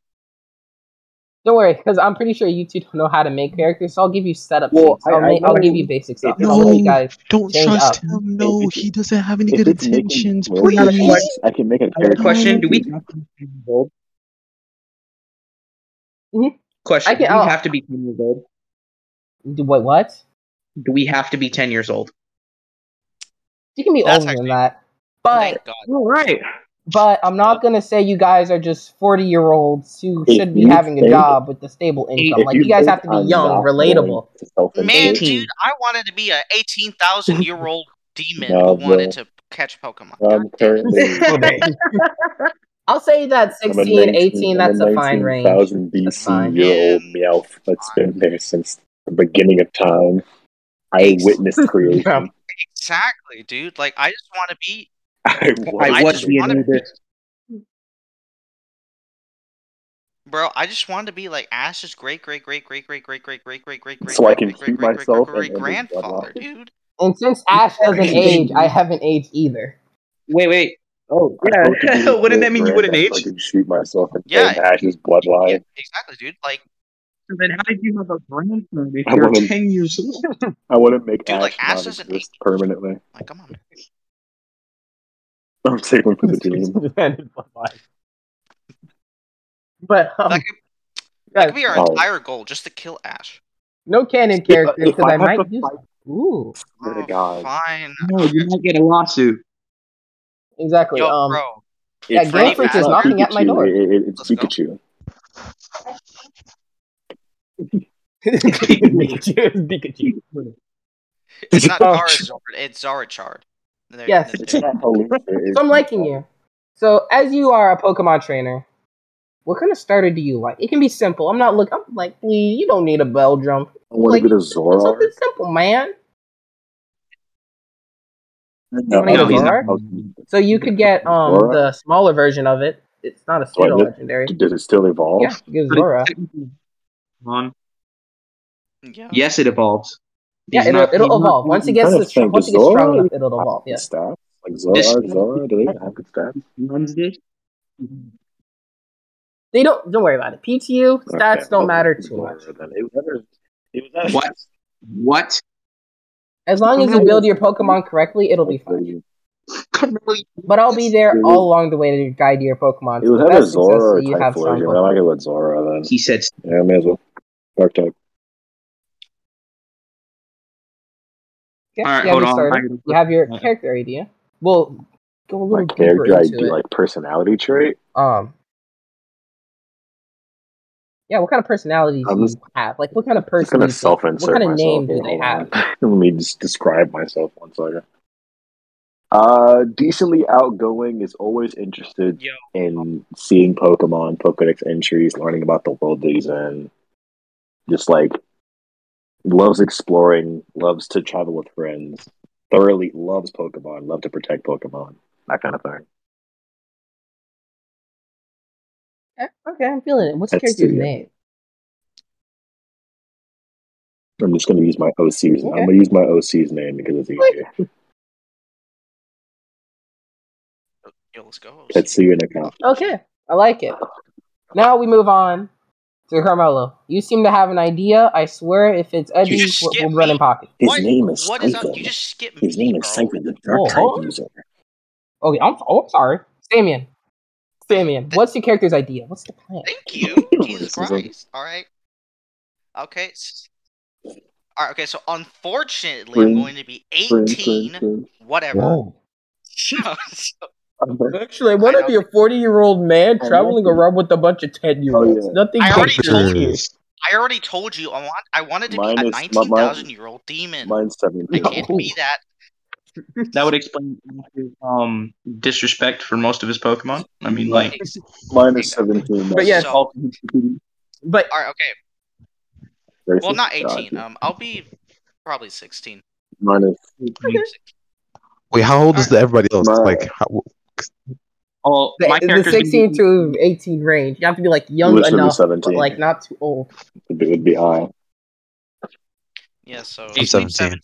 Don't worry, because I'm pretty sure you two don't know how to make characters. So I'll give you setup
Well,
sheets.
I,
I'll
I
make. I'll
want
give
to.
you basic stuff,
It's
and I'll let
like
you
No,
guys
don't
change
trust
up.
him.
if
No,
it's
he doesn't have any
if
good
it's making
intentions.
I got a
roleplay
Please.
decks,
question.
I can make a
I got a
character that's
question. Do we
No.
confusing.
have to be 10 years old?
Mhm. I
Question.
can.
Do we
I'll,
have to be 10 years old?
do what? What?
Do we have to be 10 years old?
You can be
That's
older than
actually-
that, but
thank God.
All right.
but I'm not gonna say you guys are just 40 year olds who
If
should be
you
having a
think,
job with a stable income.
if
Like you
you
guys
think
have to be
I'm
young,
not going
relatable.
to self
Man,
insert,
dude,
18.
I wanted to be a 18,000 year old demon
no,
who wanted
bro.
to catch Pokemon. God
I'm
damn it.
currently
Oh, dang. I'll say that
I'm a
16,
19
18,
I'm a
that's a fine range.
19,000
That's
BC
fine.
year old
And
Meowth that's been there since the beginning of time. I witnessed
yeah.
creation.
exactly, dude. Like, I just want to be.
I
I
was
I
was
just
the
the
want to
Anubis.
Anubis.
Bro, I just wanted to be like Ash's great great great great great great great great great great great
So I can
great great great
shoot
great
myself and
great great great
end his bloodline.
grandfather, dude.
And since Ash doesn't age, I haven't aged either.
Wait, wait. Oh,
I hope to be
yeah.
his
Wouldn't
great
that mean you wouldn't
granddad
age?
so I can shoot myself and
Yeah.
end Ash's
Yeah,
bloodline.
exactly, dude. Like,
So then how did you have a grandson if
I
you're
want to
10 years old?
I want to make
dude, like
Ash
Ash
not
doesn't age.
exist permanently.
Like, come on, man.
I'm saving for the team.
but
That
um,
could, That could be our
Oh.
entire goal, just to kill Ash.
no canon
If-
characters
if
because I,
have
might
to
use.
fight-
Ooh,
Swear to
Oh,
God.
Fine.
No, you might get a lawsuit.
exactly.
Yo,
um,
bro.
Yeah,
it's
Game
not-
Freak
it's
is
not
knocking at my
Pikachu,
door.
it- it- it's
Let's go.
Pikachu.
Pikachu is Pikachu.
It's not
Oh.
Charizard, it's Zarachard. They're-
Yes.
they're
It's
different.
not Pikachu. it's-
So I'm liking you. So as you are a Pokemon trainer, what kind of starter do you like? It can be simple. I'm not look. I'm like, please, you don't need a Beldrum.
I want
Like,
to get a
It's something
Zoroark.
simple, man.
No,
wanna get
I'll
a
get-
Zoroark?
I'll get-
So you could get um
Zora?
the smaller version of it. It's not a pseudo
What?
legendary.
Did it still evolve?
Yeah, give
But
Zora.
it's technically on.
Yeah.
Yes, it evolves.
Yeah,
He's
it'll,
not-
it'll
he's not-
evolve once it
I'm
gets
trying
the
to think,
once it
does
gets strong
Zora
enough, it'll evolve.
Good
Yes.
stats. Like
This-
Zoroark, Zora, do they even have good stats?
runs this.
They don't don't worry about it. PTU stats
Okay,
don't
well,
matter
it's
too much.
Zora then. It was never- it was never-
What? What?
As long as you
Right.
build your Pokemon correctly, it'll be
Like,
fine.
the-
Cornelius.
But I'll be there all along the way to guide your Pokemon
It
to
was
the
either
best success
Zora
so
or
you have strong
Typhlosion. I
Pokemon.
might go with Zora then.
He said,
Yeah, I may as well. Dark type.
Okay, you
"All right,
have
hold
your
on.
starter.
I'm not
You
gonna-
have your
Yeah.
character idea. Well, go a
My
little deeper
character, I
into
do
it.
like personality trait.
um yeah what kind of personalities
I'm
do
just-
you have like what kind of
just
person do
gonna
you think what
self-insert
kind of
myself
name
here.
do they
Hold
have
on. Let me just describe myself one second. Uh, decently outgoing is always interested
Yo.
in seeing Pokemon, Pokedex entries, learning about the world that he's in. Just like loves exploring, loves to travel with friends, thoroughly loves Pokemon, love to protect Pokemon, that kind of thing.
Eh, okay i'm feeling it what's the
That's
character's
the-
name
I'm just gonna use my OC's.
Okay.
I'm gonna use my OC's name because it's easier.
Yo, let's go.
Tetsuya Nakano.
okay i like it now we move on to carmelo you seem to have an idea i swear if it's edgy
just
we'll,
skipped
we'll run
me.
in pocket
His
What-
name is
What is up?
Scyther.
You just skip me,
His name is
bro.
Scyther, the Dark
Whoa,
Type
what?
user.
okay i'm, oh, I'm sorry Samian. Samian, what's your character's idea what's the plan
Thank you. Jesus
Racism.
Christ. All right. Okay. s- All right. Okay. So unfortunately, I'm
Green,
going to be
green, green,
18.
green.
Whatever.
Whoa.
So- so-
Uh-huh.
Actually, I
wanna I know. be
a 40 year old man
I traveling like it.
around with a bunch of 10 year
Oh, yeah.
Nothing
I already
gangster.
told you.
Pictures.
I already told you. I want. I wanted to be a
Mine is my, my,
19,000 year old demon.
mine's seven.
I can't be that.
That would explain his, um disrespect for most of his Pokemon. I
Mine,
mean, like,
Ex-
mine is
Exactly.
seventeen.
But yes.
So,
all the
But
all right. Okay.
Racist?
Well, not
God,
18.
yeah.
Um, I'll be probably 16.
Mine is
Wait, how old is
Alright.
the everybody else?
my.
Like, how,
all
the,
my
the
characters.
16 to 18 range. You have to be like
It
young
was
enough, but
17.
like not too old.
It would be high.
Yeah. So
I'm 17.
17.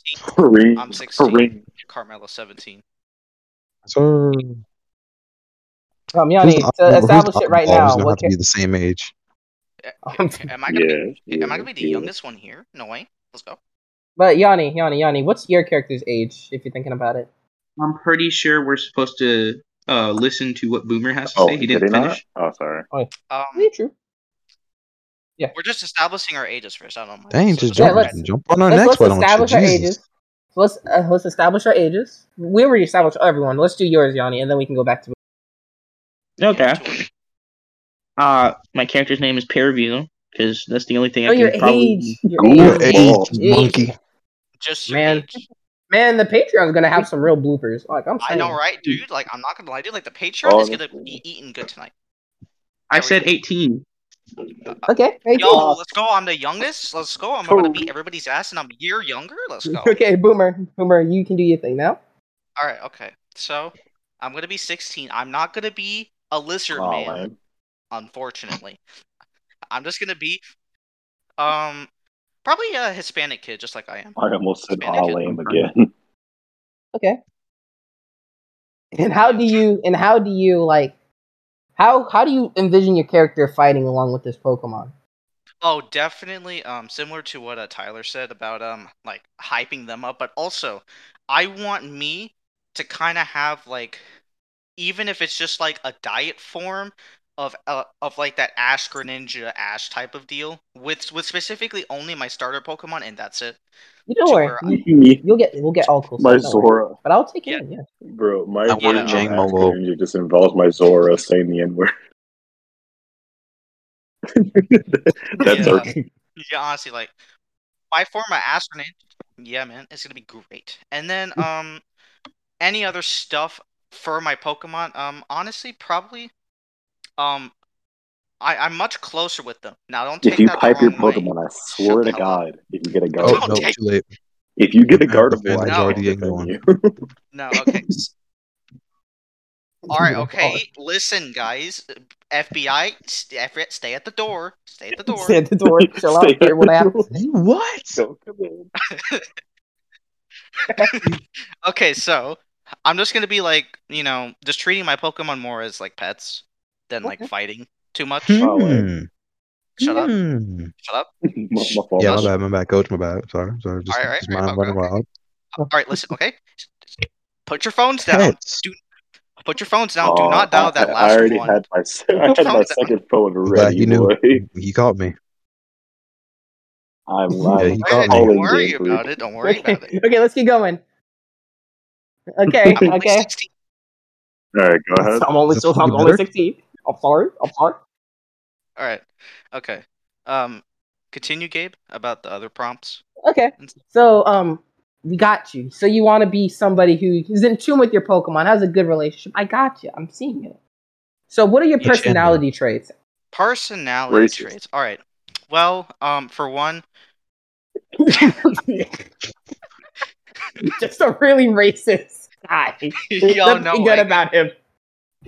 Ring,
I'm 16.
ring.
Carmelo 17.
Sir,
Um,
who's
Yanni,
the
to
oddball? Who's the
establish it right
oddball who's
now,
gonna
what
have to
ca-
be the same age?
Eh,
Um,
eh, Am I gonna be?
Oh, Yeah,
Am I
yeah,
gonna be the
yeah.
youngest one here? No way. Let's go.
but Yanni, Yanni, Yanni, what's your character's age if you're thinking about it?
I'm pretty sure we're supposed to uh, listen to what Boomer has to
Oh,
say. He
did he
didn't
not?
finish.
Oh, sorry.
Yeah,
Um,
true.
we're just establishing our ages first. I don't mind.
Dang,
So
just
just-
Yeah,
jump
let's-
jump on our
Let's
Oh, next
let's
one, don't you?
establish our
Jesus.
ages. Let's uh, let's establish our ages. We already established everyone. Let's do yours, Yanni, and then we can go back to.
Yeah,
Okay.
two of-
Uh, my character's name is Paraview because that's the only thing
Oh,
I
your
can probably.
age, your
Your
Ooh,
age,
age,
lol.
Yeah.
monkey.
Just your
man,
age.
man. The Patreon's gonna have some real bloopers. Like I'm
I
saying,
know, right, dude? Like, I'm not gonna lie, dude. Like, the Patreon
Oh,
is gonna be
Honestly.
eating good tonight.
I said
Everything.
18.
okay, thank you.
Yo, let's go. I'm the youngest. Let's go. I'm about to beat everybody's ass, and I'm a year younger. Let's go.
Okay, Boomer, Boomer, you can do your thing now.
All right. Okay. So, I'm gonna be 16. I'm not gonna be a lizard
Aw,
man,
lame.
unfortunately. I'm just gonna be, um, probably a Hispanic kid, just like I am.
I almost said
Hispanic
aw,
kid.
lame again.
Okay. And how do you and how do you like how how do you envision your character fighting along with this Pokemon?
Oh, definitely. Um, similar to what uh, Tyler said about um, like hyping them up, but also, I want me to kind of have like, even if it's just like a diet form of uh, of like that Ash Greninja Ash type of deal with with specifically only my starter Pokemon, and that's it.
You don't
To
worry.
where
You,
Me,
will get we'll get all cool
my
stuff. don't worry.
Zora,
But I'll take
Yeah.
it in, yeah.
bro. My
I
wanna
version
Jang
of Ash
Molo.
Greninja just involves my Zora saying the N word. That's
Yeah.
irking.
Yeah, honestly, like my form of astronaut. Yeah, man, it's gonna be great. And then
Hmm.
um, any other stuff for my Pokemon? Um, honestly, probably um, I I'm much closer with them now. Don't take
If you
that the
pipe your
wrong way.
Pokemon, I swear
Shut
to
the hell
God, if you get a
Oh
Gardevoir,
Don't
no,
take-
too late.
if you get a
The
Gardevoir,
fan's
I'll
No.
already
defend
gone.
you.
No, okay. s- All right, okay. Listen, guys, FBI, st- F- stay at the door. Stay at the door.
Stay at the door, chill out,
Stay
hear what
out.
happens.
You what?
Don't come in.
Okay, so I'm just gonna be like, you know, just treating my Pokemon more as like pets than like
Okay.
fighting too much.
Hmm.
Oh, wait.
Shut up.
Hmm.
Shut up.
my, my fault.
Yeah, my
Shh.
bad, my bad, coach, my bad. Sorry, sorry. Just,
All right,
just
all right, okay,
mind running
okay.
wild.
All right, listen, okay? Put your phones down.
Pets.
Put your phones down. Do
Oh,
not dial
I,
that
I- I
last
already
one.
had my se- I had my
Phones down.
second phone
I'm glad
ready,
he knew.
boy.
He caught me.
I'm I'm
Yeah, he
All right,
caught me.
don't
calling
worry
game three.
about it. Don't worry
Okay.
about it.
okay, let's keep going. Okay,
I'm only
okay.
16.
All right, go ahead.
I'm only
Is
so
that
I'm
any
only
better?
sixteen. I'm sorry. I'm sorry.
All right. Okay. Um, continue, Gabe, about the other prompts.
Okay. So um we got you. So you want to be somebody who is in tune with your Pokemon, has a good relationship. I got you. I'm seeing it. So what are your
Yeah.
personality traits?
Personality
Racist.
traits. All right. Well, um, for one,
Just a really racist guy. There's
yo,
nothing
no,
good
I,
about him.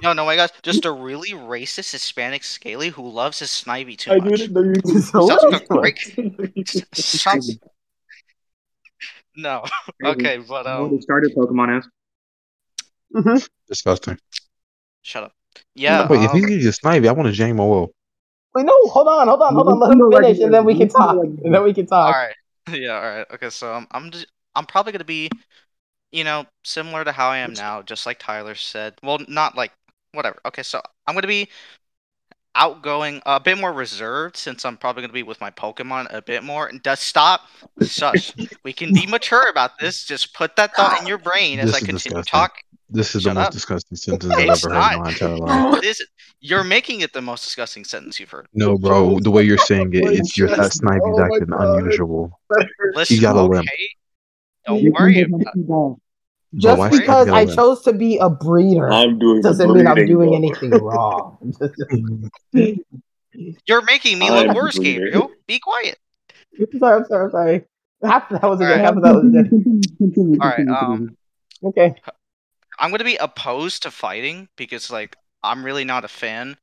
no, no, my gosh, just a really racist Hispanic scaly who loves his Snivy too
I
much.
didn't know you could.
Just a
Sounds
little
like
too much.
I didn't know you could
Sounds no. Okay, but
Well,
um,
they started Pokemon as
Mhm.
Disgusting.
shut up. Yeah.
Wait, if he's
um,
gonna get sniped, I want a Jang Molo.
Wait, no, hold on, hold on, hold on. Let him finish, and then we can talk. And then we can
All
talk.
right. Yeah. All right. Okay. So I'm, I'm just, I'm probably gonna be, you know, similar to how I am now, just like Tyler said. Well, not like whatever. Okay. So I'm gonna be outgoing, a bit more reserved, since I'm probably gonna be with my Pokemon a bit more. And just stop. Sush. We can be mature about this. Just put that thought in your brain as
This
I
is
continue
disgusting.
talking.
This is the
Shut
most
up.
disgusting sentence I've
It's
ever heard in
not.
my entire life.
No, it isn't. You're making it the most disgusting sentence you've heard.
No, bro, the way you're saying it,
Holy
it's your that
shit.
snipe is
Oh my
acting
god.
unusual. You
Listen,
got a limp,
okay. Don't worry about it.
bro.
Just
Why
Don't worry.
should you
because
get a
I
limp?
chose to be a breeder
I'm doing the
doesn't mean I'm
breeding,
doing
bro.
anything wrong.
You're making me look
I'm the
worse,
breeder.
Gabriel. Be quiet.
sorry, I'm sorry, I'm sorry. Half of that was a good.
Alright.
Half of that was good.
All right. Um,
Okay.
I'm gonna be opposed to fighting because like I'm really not a fan.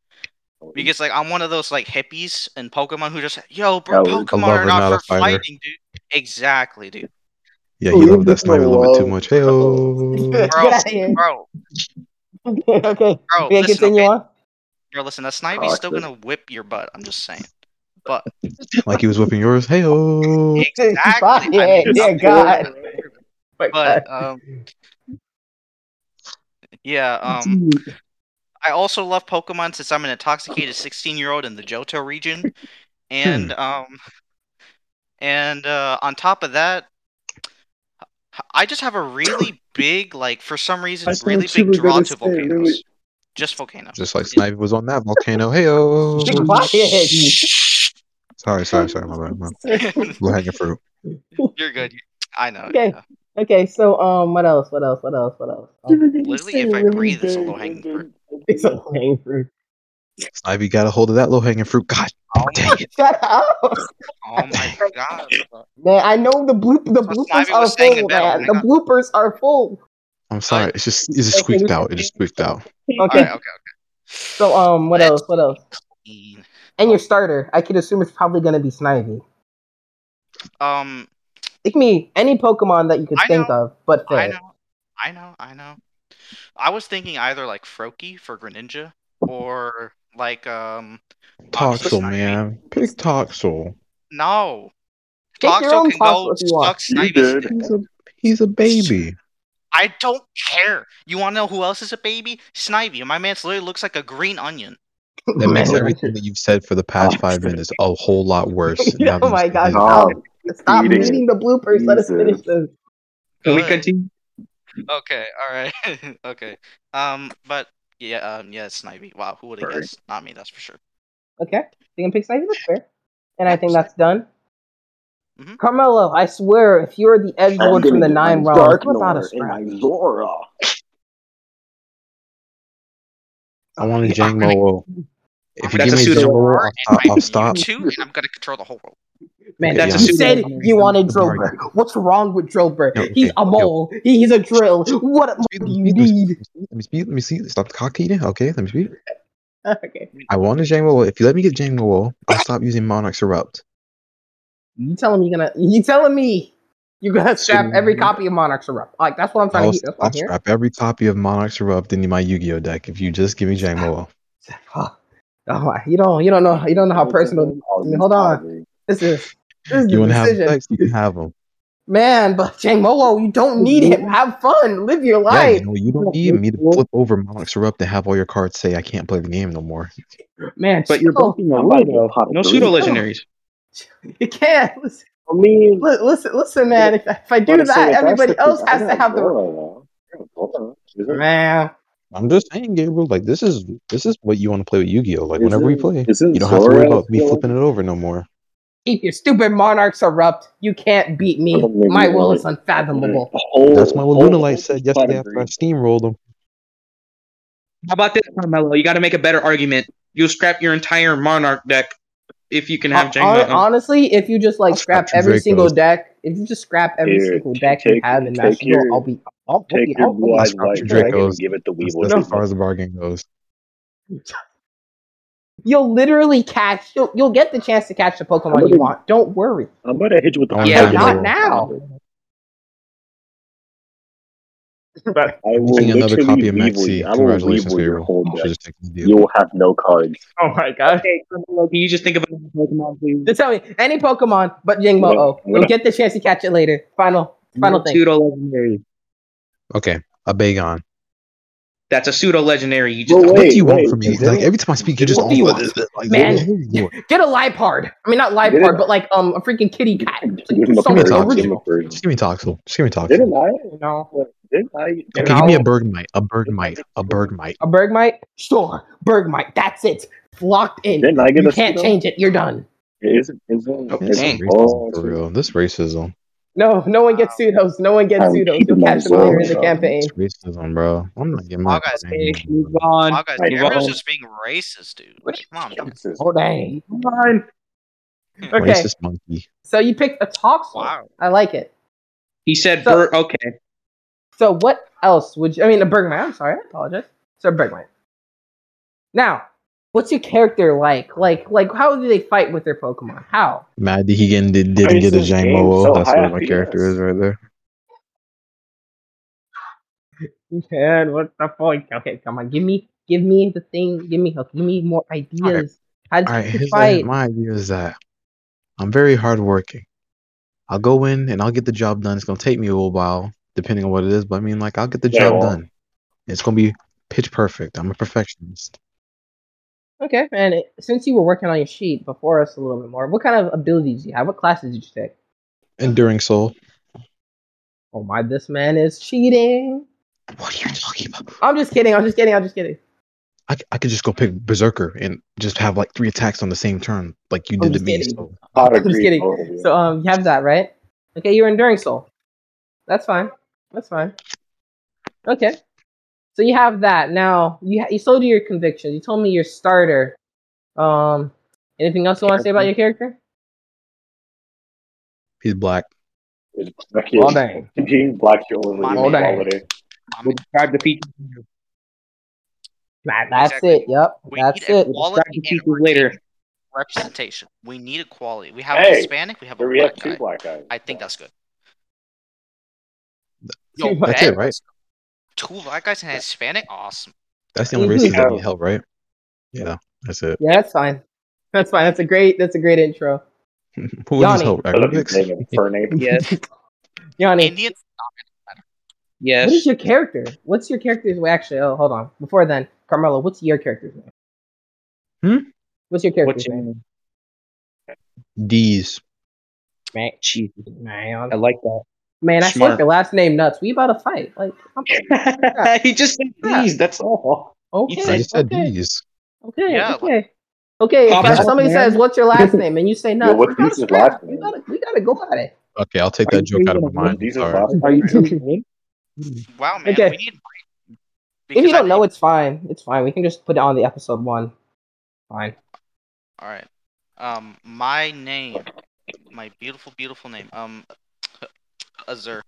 Because like I'm one of those like hippies in Pokemon who just yo, bro,
Coward.
A
Pokemon are
lover,
not
not a
for
fighter.
fighting, dude. Exactly, dude.
Yeah, he
Leave
loved that
this
snipe a little bit too
alone,
much.
bro.
Get out of here.
Bro,
Hey,
bro,
Okay, okay. We can
bro. Listen,
continue
okay,
on.
bro. Listen, that Snivy's still
Toxic.
gonna whip your butt. I'm just saying. But
like he was whipping yours. Hey, oh.
exactly. I
yeah,
mean,
dear
I'm just saying.
God. My God.
But um, yeah. Um, I also love Pokemon since I'm an intoxicated 16 year old in the Johto region. And
Hmm.
um and uh, on top of that, I just have a really big like for some
I
reason really
thought you
big
were
draw
gonna
to
say, really.
volcanoes. Just volcanoes.
Just like
It-
Snipe was on that volcano. Hey,
Be
oh.
quiet.
Sorry, sorry, sorry. My bad. My
um,
low hanging fruit.
You're good. You- I know.
Okay.
Yeah.
Okay, so um what else? What else? What else? What else?
You
Um,
were gonna
Literally,
say
if I
really
breathe, it's a
big
low hanging
and
fruit.
then. and
it's
then-
a low fruit.
Snipe, you got a hold of that low hanging fruit. God
Oh my,
dang it.
Shut up.
oh my god! bro.
Man, I know the bloop the
That's what
bloopers
Snivy
are
was saying in
full,
bed. Oh
man.
my
The
god!
bloopers are full.
I'm
All
sorry.
right,
It's just it just
Okay, we
squeaked
can
out. It just
see
squeaked out.
all right,
Okay.
okay, okay.
So
uh,
um what
Let's
else? What else?
see.
And your starter. I could assume it's probably gonna be Snivy.
Um,
It can be any Pokemon that you could
I
think
know,
of, but
I
fair.
know, I know, I know. I was thinking either like Froakie for Greninja or like um Toxel
Toxel,
Snivy.
man. Pick Toxel.
No.
Pick your
Toxel
own
can
Toxel
go
if you want.
suck
You
Snivy's
did.
dick.
He's a he's a baby.
I don't care. You wanna know who else is a baby? Snivy. My man's literally looks like a green onion.
That makes
Man.
everything that you've said for the past
Oh,
five
sorry.
minutes a whole lot worse.
Oh
Now
my
it's-
gosh.
Oh,
Stop
Eating.
reading the bloopers. Let us
Jesus.
finish this.
Can we
Good.
continue?
Okay, all right, okay. Um, but yeah, um, yeah, Snivy. Wow, who would have
Sorry.
guessed? Not me, that's for sure.
Okay. You can pick Snivy. That's fair. And I
Yeah,
think
Snivy.
that's done.
Mhm.
Carmelo, I swear, if you're the edge
I'm
lord from
gonna
the
get my
nine realms,
Dark
flip out a
Nor and
scrap.
my Zora.
I want a
Yeah,
Jang
I'm gonna-
Moro. If you
That's
give
a
me
pseudo
Jang Moro,
Roar
I'll
and
stop.
my
I'll stop.
Mewtwo, and I'm gonna control the whole world.
Man,
Okay,
that's a
you
pseudo-
said you wanted
I'm sorry.
Drillbur. What's wrong with Drillbur?
No,
He's
okay,
a
yo,
mole. He- He's a drill. What more
speed,
do you
speed, let me speed,
need?
let me speed, let me see. Stop the cock eating. Okay, let me speed.
okay.
I want a Jang Moro. If you let me get Jang Moro, I'll stop using Monarch's Erupt.
You telling me you're gonna? You telling me you're gonna scrap
So-
every copy of Monarch's Erupt? Like that's what I'm trying
I'll,
to hear. That's what
I'll
I'm hearing.
scrap every copy of Monarch's Erupt into my Yu Gi Oh deck if you just give me Jang Moro.
Oh my! You don't. You don't know. You don't know how personal.
All these
Hold on.
poverty.
This is. This is
You
the
want to have
decision,
sex? You can have them.
man. But Jang Molo, you don't need him. Have fun. Live your
Yeah, you
life,
know, you don't need me to flip over Monarch's Erupt and have all your cards say I can't play the game no more.
man.
But you're
chill.
breaking a
I'm about to
rule
get
though.
pot of
No
three.
pseudo legendaries.
You can't. Listen,
I mean,
li- listen, listen, man. If, if I do
but so
that,
if that's the
everybody
case,
else
I
has to
got
have the
Zora now. I got Zora. Is it-
man.
I'm just saying, Gabriel, like this is this is what you want to play with Yu-Gi-Oh! Like whenever we
Isn't
play,
isn't
you don't have to worry
Zora
about me
still?
flipping it over no more.
Keep your stupid monarchs erupt. You can't beat
I
me.
don't even
My
know
will
it.
is unfathomable.
That's
Whole
why what
whole
Luna Light
whole
said yesterday
planet
after I
green.
steamrolled him.
How about this, Carmelo? You got to make a better argument. You'll scrap your entire Monarch deck if you can have
Hon-
Jango. Um,
honestly, if you just
I'll
like
scrap
scrap
your
every single
Dracos.
deck, if you just scrap every
Here,
single
t-
deck you
take
have in
take
Master Duel, I'll
your
be, I'll, I'll
take
be,
your
I'll, I'll
blue
I'll
be
eyes
scrap
white
your
sure.
dragon
Dracos.
and give it to
That's,
Weevil
that's as
No,
far
treatment.
as the bargain goes.
you'll literally catch. You'll, you'll get the chance to catch the
I'm
Pokemon you
gonna
want. Don't worry,
I'm gonna hit you with
I
the
want
Yeah.
but
Jang
power
not
Moro.
now.
bomb.
but
I will
I'm missing another
literally
copy of
Weevil
Maxi.
you. I will
Congratulations,
Weevil your
Gabriel.
whole
You should
deck.
have taken the
You
deal.
will have no cards.
Oh my god!
okay, Carmelo, can you just think of another Pokemon, please?
Just tell me any Pokemon but
I'm gonna
Yingmo.
I'm
You'll
gonna
get the chance to catch it later. Final, final
No
thing.
pseudo legendary.
Okay, a Bagon.
That's a pseudo legendary. You just
Well
don't.
What do
wait,
you want
wait,
from me? Like
didn't
every time I speak, you just
What do
all
you
like
want,
what
man?
what are you
Get,
doing?
get a Liepard. I mean, not
didn't
Liepard, but like um a freaking kitty cat. Like, do
Give him a
Just give me
something
purge. Give him a
Toxel.
original.
purge.
Just give me Toxel. Just give me Toxel.
Didn't I?
You know,
What, didn't I?
Okay,
Didn't
give me
I?
a
no.
Bergmite. A
Didn't I
Bergmite.
get
A
the pseudo?
Bergmite.
A Bergmite? Sure. Bergmite. That's it. Locked in.
Didn't I get
You
the
can't
pseudo?
change it. You're done.
Isn't isn't
Oh,
This is
dang.
isn't
racism
all
for
pseudo?
real. This racism.
No, no one gets pseudos. No one gets
I'm
pseudos. You'll
keeping my
catch them later in
Zora
the
up.
This
campaign.
racism, bro. I'm not getting my
Wow, guys.
Okay,
thing.
move on.
Wow, guys,
I
Move
know.
Gabriel's
on.
just being racist, dude. Like, come on, man.
Jesus.
Oh dang.
Move on.
Okay,
Racist monkey.
so you picked a Toxel.
Wow.
I like it.
He said,
So,
Bert, okay.
so what else would you? I mean, a Bergmite. I'm sorry. I apologize. So a Bergmite. Now, what's your character like? Like, like, how do they fight with their Pokemon? How?
Mad that he getting, did,
Why
didn't
is
get a
this
Jang
game
Molo.
so
That's
high
what my character is
FPS?
right there.
Man, what the fuck? Okay, come on, give me, give me the thing. Give me, give me more
All right.
ideas. How
All
do
right.
you
His,
fight?
my idea is that I'm very hardworking. I'll go in and I'll get the job done. It's going to take me a little while, depending on what it is. But I mean, like, I'll get the
Wait,
job
what?
done. It's going to be pitch perfect. I'm a perfectionist.
Okay, and it, since you were working on your sheet before us a little bit more, what kind of abilities do you have? What classes did you take?
Enduring soul.
Oh my, this man is cheating.
What are you talking about?
I'm just kidding. I'm just kidding. I'm just kidding.
I, c- I could just go pick Berserker and just have like three attacks on the same turn, like you
I'm just
did to me.
kidding.
So
I'd
I'm just
agree
kidding.
totally.
So um, you have that right? Okay, you're enduring soul. That's fine. That's fine. Okay, so you have that. Now you ha- you sold your conviction. You told me your starter. Um, anything else you want to say about your character?
he's black.
It's black
Oh dang.
being black
My
humility
Oh
and
man.
dang.
equality.
My
We'll
man.
describe the features.
That- that's
Exactly.
it. Yep.
We need
That's it.
We'll describe
equality
the
and
features later.
representation. We need equality. We have a
Hey,
Hispanic, we have a
but we have
black
two
guy.
black guys.
I think that's good.
Too
Yo,
much.
That's
bet
it, right?
two black guys and a Hispanic? Awesome.
That's the only
Mhm.
racism that need
Yeah.
help, right? Yeah, that's it.
Yeah, that's fine. That's fine. That's a great. That's a great intro.
Who needs
Yanni,
help?
What are you
Agrovix?
saying, Infernape?
Yes.
Yanni,
Indian
what is
Yes.
your character? What's your character's? Well, actually, oh, hold on. Before then, Carmelo, what's your character's name?
Hmm?
What's your character's
What's your
name?
name?
D's.
Man,
Jesus,
man,
I like
man, I
Smart.
fucked your last name nuts. We about to fight. Like, I'm,
that. he just said these. That's all.
okay,
I just said
okay,
D's.
okay,
Yeah,
okay. okay, if
Pop
I-
up,
somebody
man.
says, "What's your last name?" and you say nuts,
what's
we gotta
D's'
scrap.
last
We
name?
gotta, we gotta go at it.
Okay, I'll take
Are
that
you
joke out of
gonna
my mind.
D's'
All right.
last
Are you
name?
two win?
Wow, man,
Okay.
we need
if you
because I
don't know,
think-
it's fine. It's fine. We can just put it on the episode one. Fine.
All right. Um, my name, my beautiful, beautiful name. Um, Azur.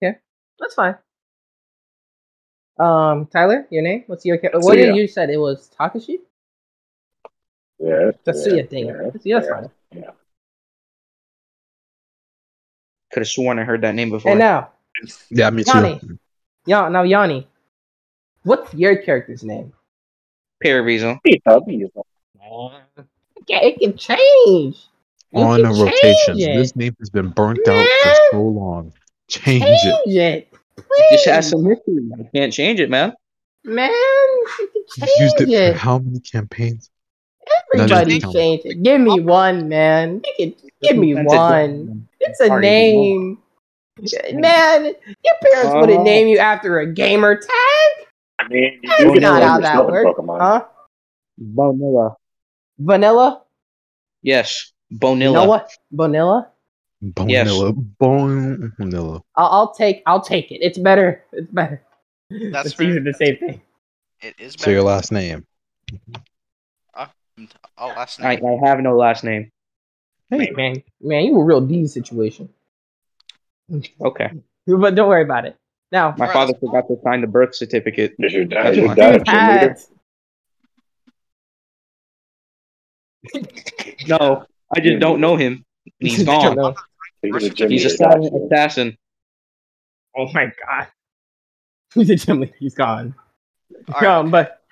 That's fine. Um, Tyler, your name? What's your character?
So,
What
uh,
yeah.
did you said? It was Takashi.
Yeah.
That's
yeah,
yeah, dang it.
yeah.
That's, yeah, that's
yeah.
fine.
Could have sworn I heard that name before.
And uh, now,
Yeah, me
Yanni.
too.
Yeah, now Yanni. What's your character's name?
Paradiso.
Hey, Tubby,
Okay, it can change. You
On
can
a
change
rotation. This
it.
name has been burnt out for so long. Change it.
Change it.
Just add
Please,
some mystery. I can't change it, man.
man. You can
You've used
change
it for
it.
how many campaigns? Now just
Everybody
count.
change it. Give me one, man. You can, give me one. It's a
Sorry,
name. Uh-huh.
Just-
Man, your parents wouldn't
Oh.
name you after a gamer tag.
I mean, you
That's
do get
not
some
how
other
that
stuff in
works,
Pokemon.
huh?
Bonilla.
Vanilla.
Yes,
You know
Bonilla.
what? Vanilla.
Bonilla. Bonilla.
I'll, I'll take. I'll take it. It's better. It's better.
That's
it's usually the
fair.
same thing.
It is
So your
better.
last name.
Oh, last
I,
name.
I have no last name.
Man, man, man, you a real D situation.
Okay.
But don't worry about it. Now,
My
Alright,
father
let's-
forgot to sign the birth certificate.
Is your dad,
That's
is your
fine.
dad a
two
gym leader?
hats.
No, I just don't know him. And he's
I don't
gone.
know.
He's a gym
He's a
leader,
silent
gotcha.
assassin.
Oh my god. He's a gym leader. He's gone.
All right,
Um, but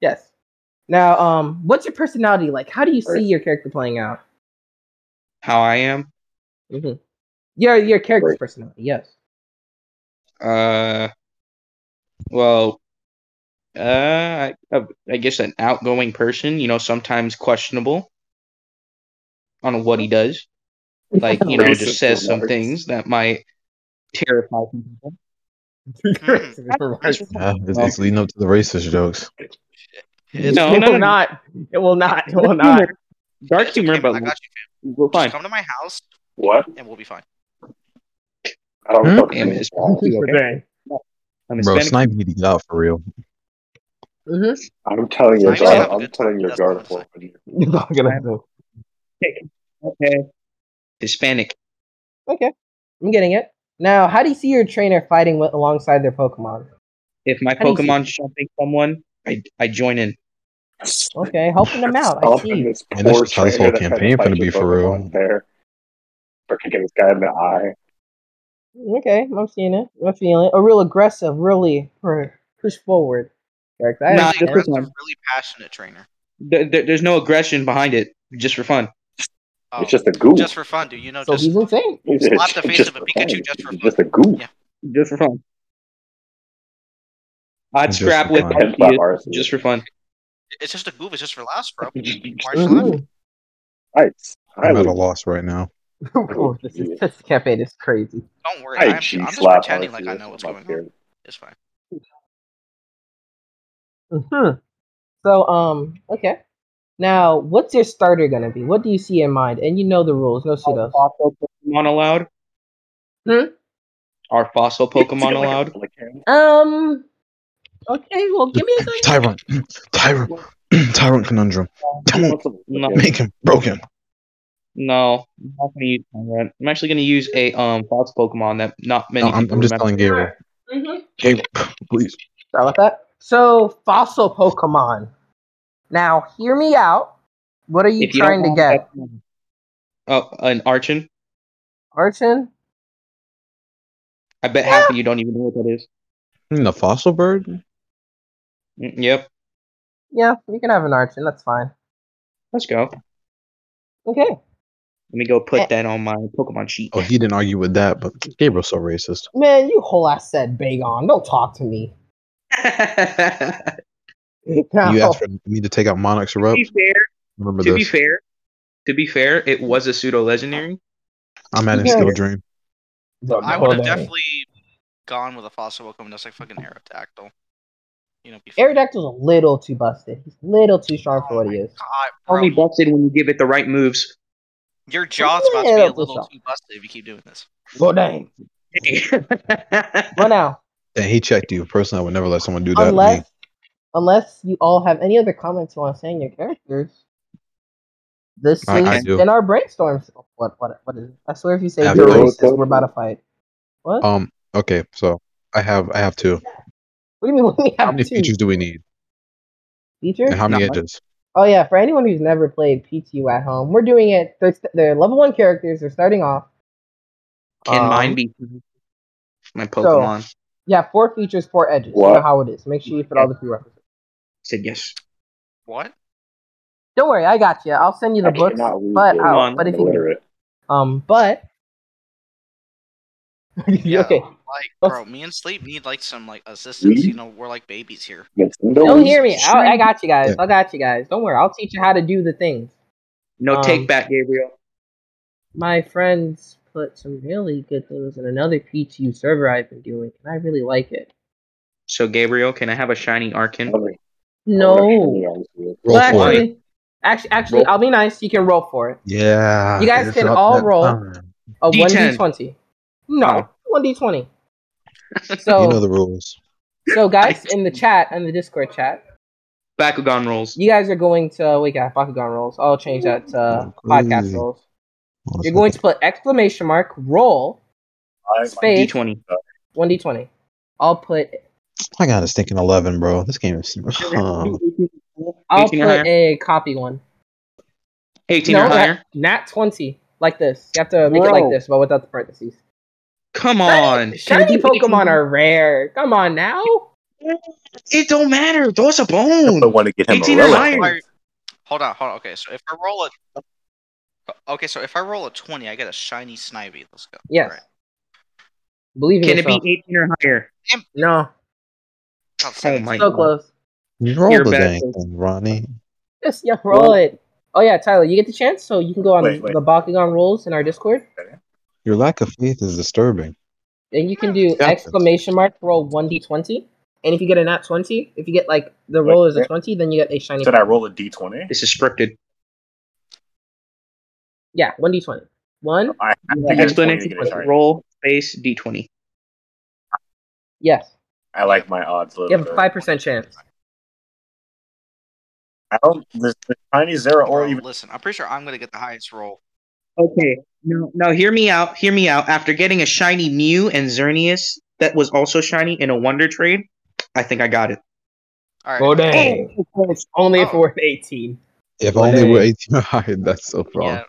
yes. Now, um, what's your personality like? How do you see
Right.
your character playing out?
How I am.
Mm-hmm. Your your character's
Right.
personality, yes.
Uh, well, uh, I, I I guess an outgoing person. You know, sometimes questionable on what he does. Like you know, just
Racist
says some
remarks.
things that might terrify people.
Yeah, it's,
Well,
it's Uh, leading up to the racist jokes.
it's,
No,
it
no,
will
no.
not. It will not. It will
Dark
not.
humor. Dark
it's
humor,
okay,
but
man, I got you.
we're
Just
fine.
come to my house
What?
and we'll be fine.
I don't
Hmm?
talk
Damn
to
it,
you.
it's probably okay.
Dang.
I'm
Bro,
Hispanic.
Snipe need to get out for real.
Mhm.
I'm telling your
Snipe's gonna
guard.
have a
I'm
good time.
telling your
That's all I'm
guard
gonna say.
open.
You're not gonna do.
Okay. Hispanic.
Okay, I'm getting it. Now, how do you see your trainer fighting with, alongside their Pokemon?
If my
How do you see
Pokemon's jumping someone, I I join in.
Okay, helping them out. I
Helping
see.
this
And that's
poor
just how this whole
trainer that's trying to
campaign
fight
finna
your
be for real.
Pokemon there for kicking this guy in the eye.
Okay, I'm seeing it. I'm feeling it. A real aggressive, really pr- push forward character. I
Nah,
Really
this
understand.
is
aggressive,
one.
really passionate trainer.
There, there- there's no aggression behind it, just for fun.
Oh,
It's just a goof.
just for fun, dude. You know,
So
just
he's insane.
It's
slap the face
just
of a
for
Pikachu
fun.
just for
It's
fun.
just a goof.
Yeah.
Just for fun. I'd
Just
scrap
for
with
fun.
Hence that
Arceus
Arceus.
just for fun.
It's just a goof. It's just for laughs, bro. Why aren't you laughing?
Mhm.
Nice. I
I'm at a
would.
loss right now.
oh, this is this campaign is crazy.
Don't worry.
I
I'm,
G
I'm just
slap
pretending like I
Arceus.
know what's
I'm
going
up
on.
here.
It's fine.
hmm So, um, okay. Now, what's your starter gonna be? What do you see in mind? And you know the rules, no pseudos.
Fossil Pokemon allowed?
Hmm?
Are fossil Pokemon allowed?
Um. Okay. Well, give me a second.
Tyrant. Tyrant. Tyrant conundrum. Don't
No,
make him broken.
no. I'm not gonna use Tyrant. I'm actually gonna use a um fossil Pokemon that not
No,
many
I'm,
people
I'm just
remember.
telling Gabriel.
Mm-hmm.
Gabriel, please.
Sorry about that. So, fossil Pokemon. Now, hear me out. What are you
If you don't
trying to
mind,
get,
that's- oh, an Archon.
Archon?
I bet half of you don't even know what that is.
Hmm, The fossil bird?
Mm, Yep.
Yeah, you can have an Archon. That's fine.
Let's go. Let
Okay.
me go
Eh.
put that on my Pokemon sheet.
Oh, he didn't argue with that, but Gabriel's so racist.
Man, you whole ass said Bagon. Don't talk to me. No.
You asked for me to take out Monarch's
To
Erupt.
be fair,
Remember
to be
this.
fair, to be fair, it was a pseudo legendary.
I'm adding
Yeah.
Skill Dream.
Don't
I
know
would have
that.
definitely gone with a fossil Pokemon just like fucking Aerodactyl. You know, before.
Aerodactyl's a little too busted. He's a little too strong for what he is.
God, bro,
Only busted when you give it the right moves.
your jaw's about to
Yeah,
be a
that's
little
what's
too busted if you keep doing this.
Go dang. Run out.
And he checked you. Personally, I would never let someone do that to me.
Unless unless you all have any other comments you want to say on your characters. This
I- I
is
do.
in our brainstorms. What what what is it? I swear if you say
Have
you're
you-
racist, we're about to fight. What?
Um. Okay. So I have I have two.
what do you mean we
How
have
many
two
features do we need?
features?
And how many
Not much.
edges?
Oh yeah, for anyone who's never played PTU at home, we're doing it. They're, st- they're level one characters. They're starting off.
Can
Um,
mine be my Pokemon?
Yeah, four features, four edges. You
What?
know how it is. Make sure you put all the prerequisites.
said yes.
What?
Don't worry, I got you. I'll send you the
I
books.
cannot read
But
this.
I'll,
on,
but if you
Illiterate.
um, but
Yeah.
okay,
Like,
Let's-
bro, me and Sleep need like some like assistance.
We-
You know, we're like babies here.
Nintendo
don't
was
hear me. I'll, I got you guys.
Yeah.
I got you guys. Don't worry, I'll teach you how to do the things.
No
Um,
take back, Gabriel.
My friends put some really good things in another PTU server I've been doing, and I really like it.
So Gabriel, can I have a shiny Arcan?
every- every
No,
else was-
Roll
well,
for it.
actually, actually, actually,
Roll.
I'll be nice. You can roll for it.
Yeah.
You guys
it's
can
about
all
that
roll.
time.
A one
D10.
d twenty. No,
Oh.
one d twenty. So,
You know the rules.
so guys in the chat and the Discord chat,
Bakugan rolls.
you guys are going to oh, wait. Got Bakugan rolls. I'll change that to uh, podcast
Oh, Crazy.
rolls.
Well,
You're going to put exclamation mark roll
I-
space
D20.
one d twenty. I'll put
I got a stinking eleven, bro. This game is. Huh.
I'll
18 or higher.
put a copy one.
18
nat-
or higher.
nat twenty like this. You have to make it
Bro.
like this, but without the parentheses.
Come on.
Shiny
Can we-
Pokemon are rare. Come on now.
It don't matter. Throw us a
I
bone.
want to get him a
18 or
relic.
higher.
Why- Hold on, hold on. Okay, so if I roll a, okay, so if I roll a twenty, I get a shiny Snivy. Let's go.
Yes.
Alright.
Believe in
Can it
yourself.
be 18 or higher?
no,
Top
Oh
17.
my
so
god.
close.
You roll
You're
the
bad,
dang
bro.
thing, Ronnie.
Yes, yeah, roll
Roll.
it. Oh yeah, Tyler, you get the chance, so you can go on
Wait, wait.
the Bakugan rules in our Discord,
Your lack of faith is disturbing.
and you can do
Got this.
exclamation mark roll one d twenty, and if you get a nat twenty, if you get like the
Wait,
roll is a
wait.
twenty, then you get a shiny.
Should I roll a d20?
This is scripted.
Yeah, one d twenty. One.
I have
You
to
have
get a 20 to
Explanation.
get a shiny.
Roll space D20.
Yes,
I like my odds a
you
little
have a
bit.
five percent chance.
I don't. The, the shiny zero or
Bro,
even
listen, I'm pretty sure I'm gonna get the highest roll.
Okay. No, no, hear me out. Hear me out. After getting a shiny Mew and Xerneas that was also shiny in a Wonder Trade, I think I got it.
All right.
Go dang. It's only if
Oh.
we're eighteen.
If
Well,
only we're
hey.
18 or higher, that's so wrong.
Yeah.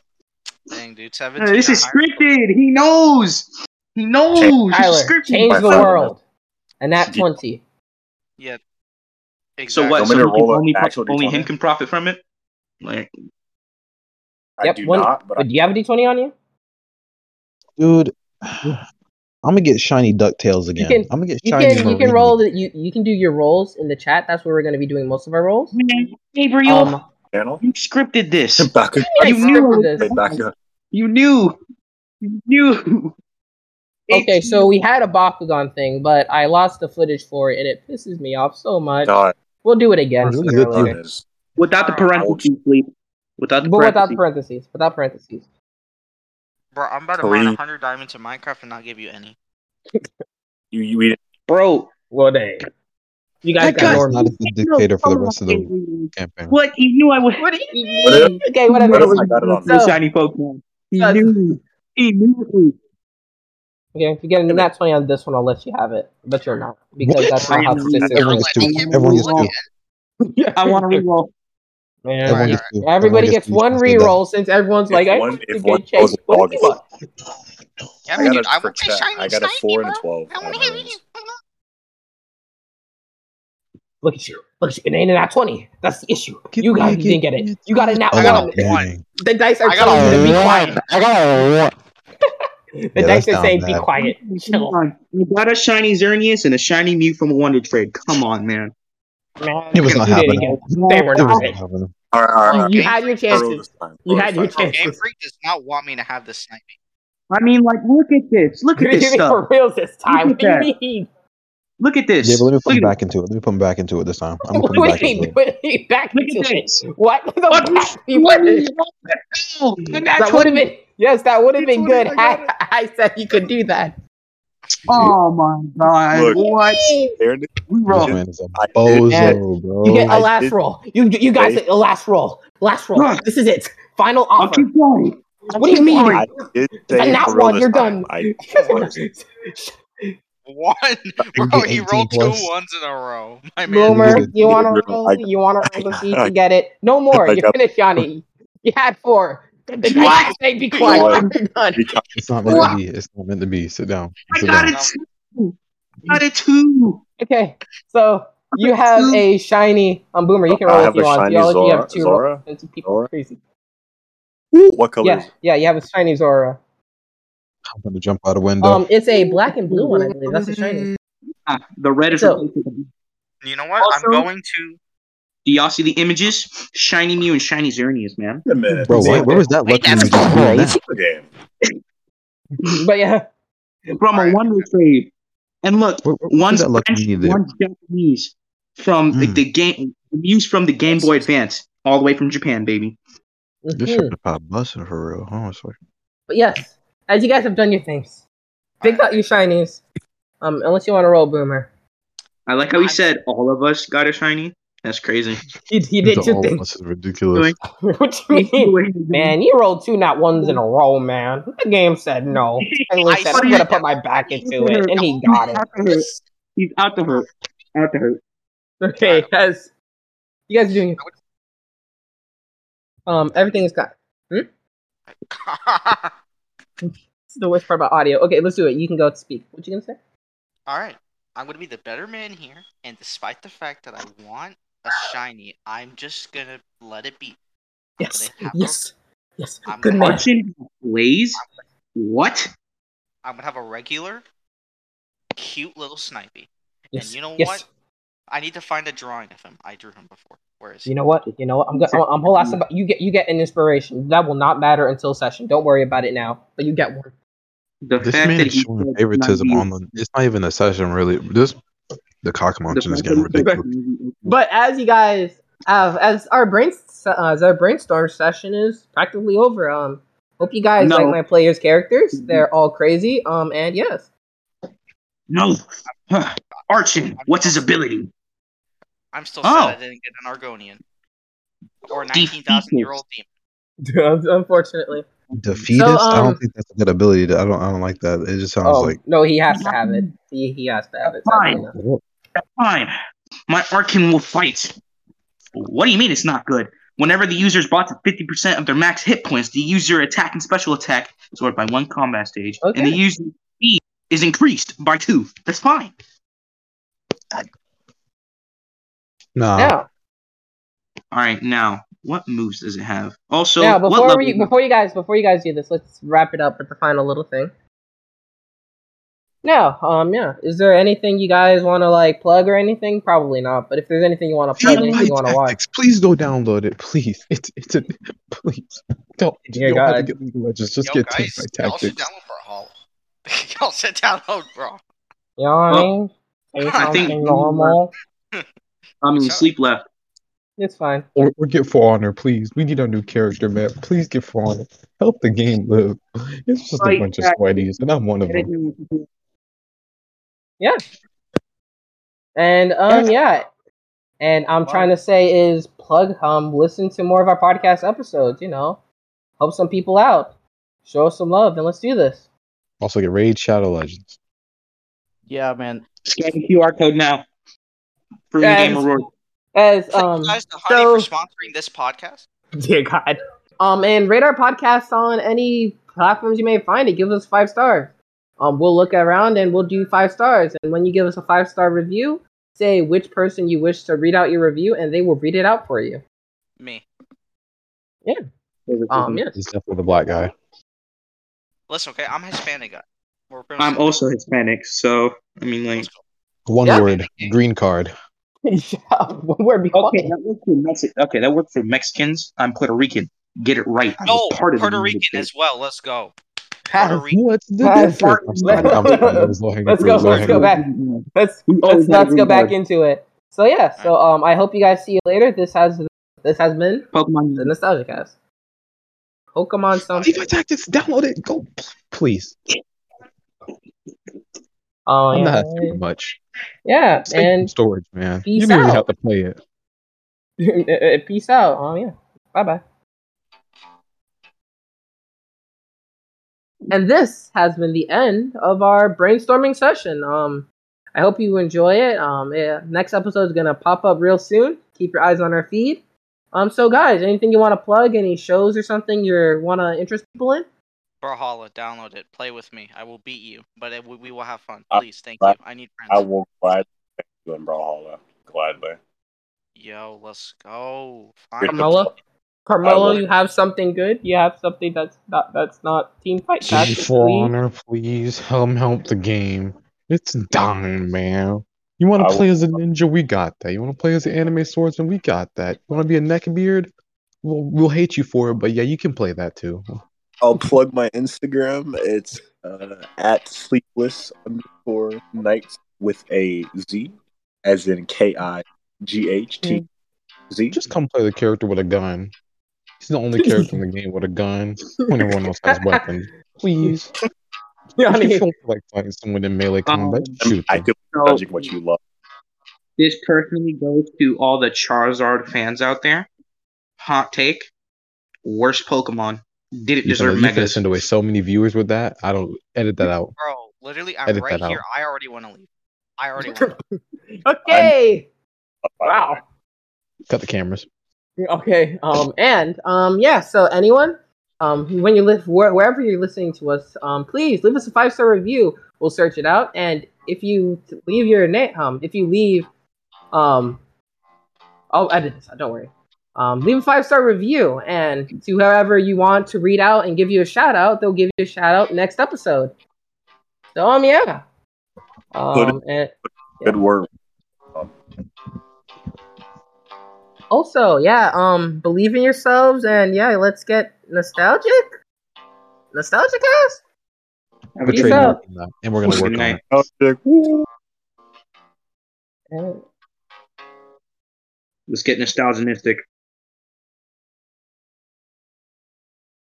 Dang, dude,
Uh,
seventeen.
this
or
is
higher?
scripted. He knows. He knows. This is
Tyler,
scripted.
change the
Fine.
world, and that
Yeah.
twenty.
Yeah.
So
Exactly.
what?
I'm
So
gonna
he can
roll a
only, pro-
actual
only him
D20.
can profit from it. Like
I
yep,
do
one.
not, but I,
But do you have a d twenty on you?
Dude, I'm gonna get shiny DuckTales again.
can-
I'm gonna get
You
shiny
can you can
Marini.
roll the, you you can do your rolls in the chat. That's where we're going to be doing most of our rolls.
Man, Gabriel,
Um,
channel.
you scripted this.
Back
I scripted
You knew.
this.
wait, back up.
You knew. You knew.
Okay, so we had a Bakugan thing, but I lost the footage for it, and it pisses me off so much.
God,
We'll do it again
Really
sooner
good
or
for
later.
is
without the parentheses, please. Without the
But without the
parentheses.
parentheses, without parentheses.
Bro, I'm about to mine
Three.
100 diamonds in Minecraft and not give you any.
you, you eat it.
Bro,
Well, dang. You guys
That
got
guy-
That's
Norman.
not
normies.
a good dictator for the rest of the campaign.
what? He knew I would.
What do you
What if-
mean? Okay, whatever.
What if
He
I got it on
knew
So-
shiny Pokemon. He
So-
knew. He knew.
Okay, if you get a nat twenty on this one, I'll let you have it. But you're not because that's not how
Really?
statistics
Everyone
work.
gets two.
I wanna
Everyone gets
reroll.
two.
I want to reroll.
Man,
Everyone
Alright,
gets two.
Everybody gets one
Everyone gets two.
reroll since everyone's
If
like, I
one-
want
if
to
one
get checked.
goes
What do you
August.
want?
I
Kevin,
got
dude, I
it for
want my
chat.
shiny
I got a
Snivy,
four and a
bro.
twelve.
I want
on
to
my
have
rolls.
it.
Look at you. Look at you. It ain't a nat 20. That's the issue.
Give
you
me
guys
a-
you didn't get
give me
it.
a
You got a nat
I got a
one.
Oh,
one.
dang.
The dice are
I got
telling you to be
a
quiet.
one.
I got a one.
The
Yeah,
dice
that's
are
down
saying be
bad.
quiet.
Come
Chill.
on. You got a shiny Xerneas and a shiny Mew from a Wonder Trade. Come on, man.
Man,
It was
you
not
did
happening.
again. They were
It was
not
not
it.
happening.
All right, all right.
Well,
You
Game
had your
Freak-
Throw this
chances.
time.
You
Throw
had
this
your
time.
Bro, Game
chances.
Freak does not want me to have this sniping.
I mean, like, look at this. Look
You
at
did
this
it
stuff.
for reals this time.
Look
What
at
do you
that.
mean?
Look at this.
Yeah, but let me put
look,
him
at,
back into it. Let me put him back into it this time. I'm gonna
What
put him
do
back
you
into
mean?
it.
Put me back
look
into
at
it.
this.
What the
What?
fuck you
What?
put it?
What the hell? The natural.
That would have been yes, that would have
It's
been
what it-
good.
I got
I,
it.
I said you could do that.
Oh my god!
Look.
What?
Fairness,
We
This
wrong.
man is
I
a
did.
bozo,
You get
bro.
a
I
last
did
roll. You you guys
say-
get a last roll. Last roll.
Look,
This is it. Final
I'll
offer.
keep going. I'll
What do you
keep
mean?
going.
I did
Is that
say
not
for real
one?
this
You're
time.
done.
I did for real this time.
One,
You
bro,
get
he rolled
18
two
plus.
ones in a row. My man,
You
Boomer,
get
you want
For
to
real, I
roll? You want to roll to see if
I,
you get it? No more.
I
You
got
finish, Yanni. You had four. The dice
What?
say be
you know
quiet.
what?
What?
You're done.
Every time
It's not meant to
What?
be. It's not meant to be. Sit down.
I
Sit
got
down.
it. Two. I got it two.
Okay, so you
I got
have
two.
a shiny um boomer. You can
I
roll if
have
you
a
want. You
shiny
all you have
Zora.
two rolls.
Zora.
It's people
Zora.
crazy.
Ooh, what color
Yeah,
is it?
yeah. You have a shiny Zora.
I'm gonna jump out a window.
Um, it's a black and blue one, I believe. That's a shiny.
Ah, the red
It's
is
a
replaced with the blue.
you know what? I'm
Also, do
going to.
y'all see the images? Shiny Mew and Shiny Xerneas, man.
Wait a minute.
Bro,
Wait
why,
a
where
minute.
was that
Wait,
luck when
that's
you just
cool.
rolled
That's
that?
a game.
but yeah.
From a
All right.
wonder trade. And look,
Where, where, where was
one's
that luck when
French,
you needed?
one's Japanese. From like,
Mm,
the game, the Mew's from the Game Boy Advance, all the way from Japan, baby.
this
hmm
shit is about busting for real, honestly.
But yes, as you guys have done your things,
All
pick
right.
out your shinies. Um, unless you want to roll boomer.
I like how he
I'm-
said all of us got a shiny. That's crazy.
You, you
The
did your
all of
thing.
us is ridiculous.
Anyway,
what you
keep
mean?
going, man.
Man, you rolled two not ones in a row, man. The game said no. Taylor
I
said,
What
I'm
do
going
said
you
to put
that.
my back
He's
into it, and he got it.
out the hurt. He's out the hurt. Out the hurt.
All right.
Okay, guys. You guys are doing Um, everything is got. This is the worst part about audio. Okay, let's do it. You can go speak. What you going to say?
All right. I'm gonna be the better man here, and despite the fact that I want a shiny, I'm just gonna let it be. I'm
Yes,
gonna have a,
yes, yes.
I'm
Good
gonna have
man.
Archon Blaze? What?
I'm gonna have a regular, cute little Snipey. And
Yes,
you know what?
yes.
I need to find a drawing of him. I drew him before. Where is he?
You know what? You know what? I'm gonna. I'm, I'm whole ass about you. Get you get an inspiration that will not matter until session. Don't worry about it now. But you get one.
The
This
fact
man
that
is
he
showing
said
favoritism
Navi
on the. It's not even a session, really. This the cock
the
munching is
fact that
getting
he said
ridiculous.
Navi
But as you guys have, as our brain, uh, as our brainstorm session is practically over. Um, hope you guys like
No. Mm-hmm.
my players' characters. They're all crazy. Um, and yes,
No. Huh. Archon,
I'm
what's
still,
his ability?
I'm still sad I
Oh,
didn't get an Argonian or 19,000 year
defeated.
old demon.
unfortunately. So
Defeatist? I don't
um,
think that's a good ability. To, I don't. I don't like that. It just sounds
oh
like
no, he has to have it. He he has to have it. Sadly
Mm-hmm. Fine,
enough.
what?
fine. My Archon will fight. What do you mean it's not good? Whenever the user is brought to 50% of their max hit points, the user attack and special attack is ordered by one combat stage, and the
Okay.
user speed is increased by two. That's fine.
Nah.
Now,
All right, now what moves does it have? Also,
now
what
before
level?
we before you guys before you guys do this, let's wrap it up with the final little thing. No, um, yeah. Is there anything you guys want to like plug or anything? Probably not. But if there's anything you want to plug,
Hate
anything
my
you want to watch,
tactics. Please go download it. Please. It's it's a please. Don't you
dear
don't have to
God,
get League of Legends. Just
Yo,
get Take My
guys, y'all should
Tactics.
download Brawl. y'all should download Brawl.
you know what I
Oh,
mean? Say
I think
something
Dream left.
normal.
I mean,
Shut up.
sleep left.
It's fine.
Or or get For Honor, please. We need our new character, man. Please get For Honor. Help the game live. It's just a
Fight
bunch of
back.
sweaties, and I'm one of
Get it
them.
done with it.
Yeah. And um, yeah. And I'm trying to say is plug um, listen to more of our podcast episodes. You know, help some people out, show us some love, and let's do this.
Also get Raid Shadow Legends.
Yeah, man.
Scan the QR code now. Free game
As
reward.
as
Thank you
um,
guys to Honey for
so
sponsoring this podcast.
Dear God. Um, and rate our podcast on any platforms you may find it. Give us five stars. Um, we'll look around and we'll do five stars. And when you give us a five star review, say which person you wish to read out your review, and they will read it out for you.
Me.
Mm-hmm.
Um, yes.
It's definitely the black guy.
Listen, okay, I'm Hispanic guy. We're
I'm
Hispanic.
also Hispanic, so I mean, like,
Let's go.
One
Yeah.
word. Green card.
yeah, one word. Be
Okay,
quiet.
that worked for Mexi- okay, that worked for Mexicans. I'm Puerto Rican. Get it right. I
No,
was part of the
Puerto
United
Rican
States.
as well. Let's go.
Pass.
Puerto Rican.
What's the
Guys,
difference? I'm sorry. I'm sorry. That was low-hanging
Let's
fruit,
go, let's
low-hanging
go back. Let's
We
let's
always
not
gotta
go
bring
back
back.
into it. So yeah, so um, I hope you guys see you later. This has this has been
Pokemon.
the Nostalgia Cast. Pokemon something.
Levi Tactics, download it. Go, please.
Oh
I'm not
yeah,
asking for much.
yeah,
Save some
and
storage, man.
peace
You don't even
out.
have to play it.
peace out. Oh yeah, bye bye. And this has been the end of our brainstorming session. Um, I hope you enjoy it. Um, yeah, next episode is gonna pop up real soon. Keep your eyes on our feed. Um, so guys, anything you want to plug, any shows or something you want to interest people in?
Brawlhalla, download it. Play with me. I will beat you, but it, we we will have fun.
Uh,
Please, thank
right.
you. I need
I
friends.
will gladly take you in Brawlhalla. Gladly.
Yo, let's go.
Here's
Finally.
Carmelo,
the I
Carmelo,
will.
you have something good. You have something that's not that's not team fight
Please,
tactics.
For
Please,
Honor, please help help the game. It's dying, man. You want
I
to
will-
play as a ninja? We got that. You want to play as an anime swordsman? We got that. You want to be a neckbeard? We'll, we'll hate you for it, but yeah, you can play that too.
I'll plug my Instagram. It's uh, at sleepless underscore nights with a Z, as in K I G H T Z.
Just come play the character with a gun. He's the only character in the game with a gun when everyone else has weapons. Please. If you
Yanni,
feel like fighting someone in melee combat,
Um,
just shoot
I
them.
could be
So
Magic what you love.
this personally goes to all the Charizard fans out there. Hot take: worst Pokemon. Didn't
You're gonna,
deserve
you're gonna
Megas.
send away so many viewers with that. I don't edit that out.
Bro, literally, I'm
Edit
right
that out.
here. I already want to leave. I already want to leave.
okay,
by the
wow.
way.
Cut the cameras.
Okay. Um. And um. Yeah. So anyone, um, when you live where, wherever you're listening to us, um, please leave us a five star review. We'll search it out. And if you leave your name, um, if you leave, um, I'll edit this. out, Don't worry. Um, leave a five star review, and to whoever you want to read out and give you a shout out, they'll give you a shout out next episode. So um, yeah. Um. And
Good work.
also, yeah. Um, believe in yourselves, and yeah, let's get nostalgic. Nostalgic ass.
Have a
We're
Peace
good night.
out.
trademarking that, and we're gonna
Good
work on
night.
it. Oh,
And-
Let's get nostalgic.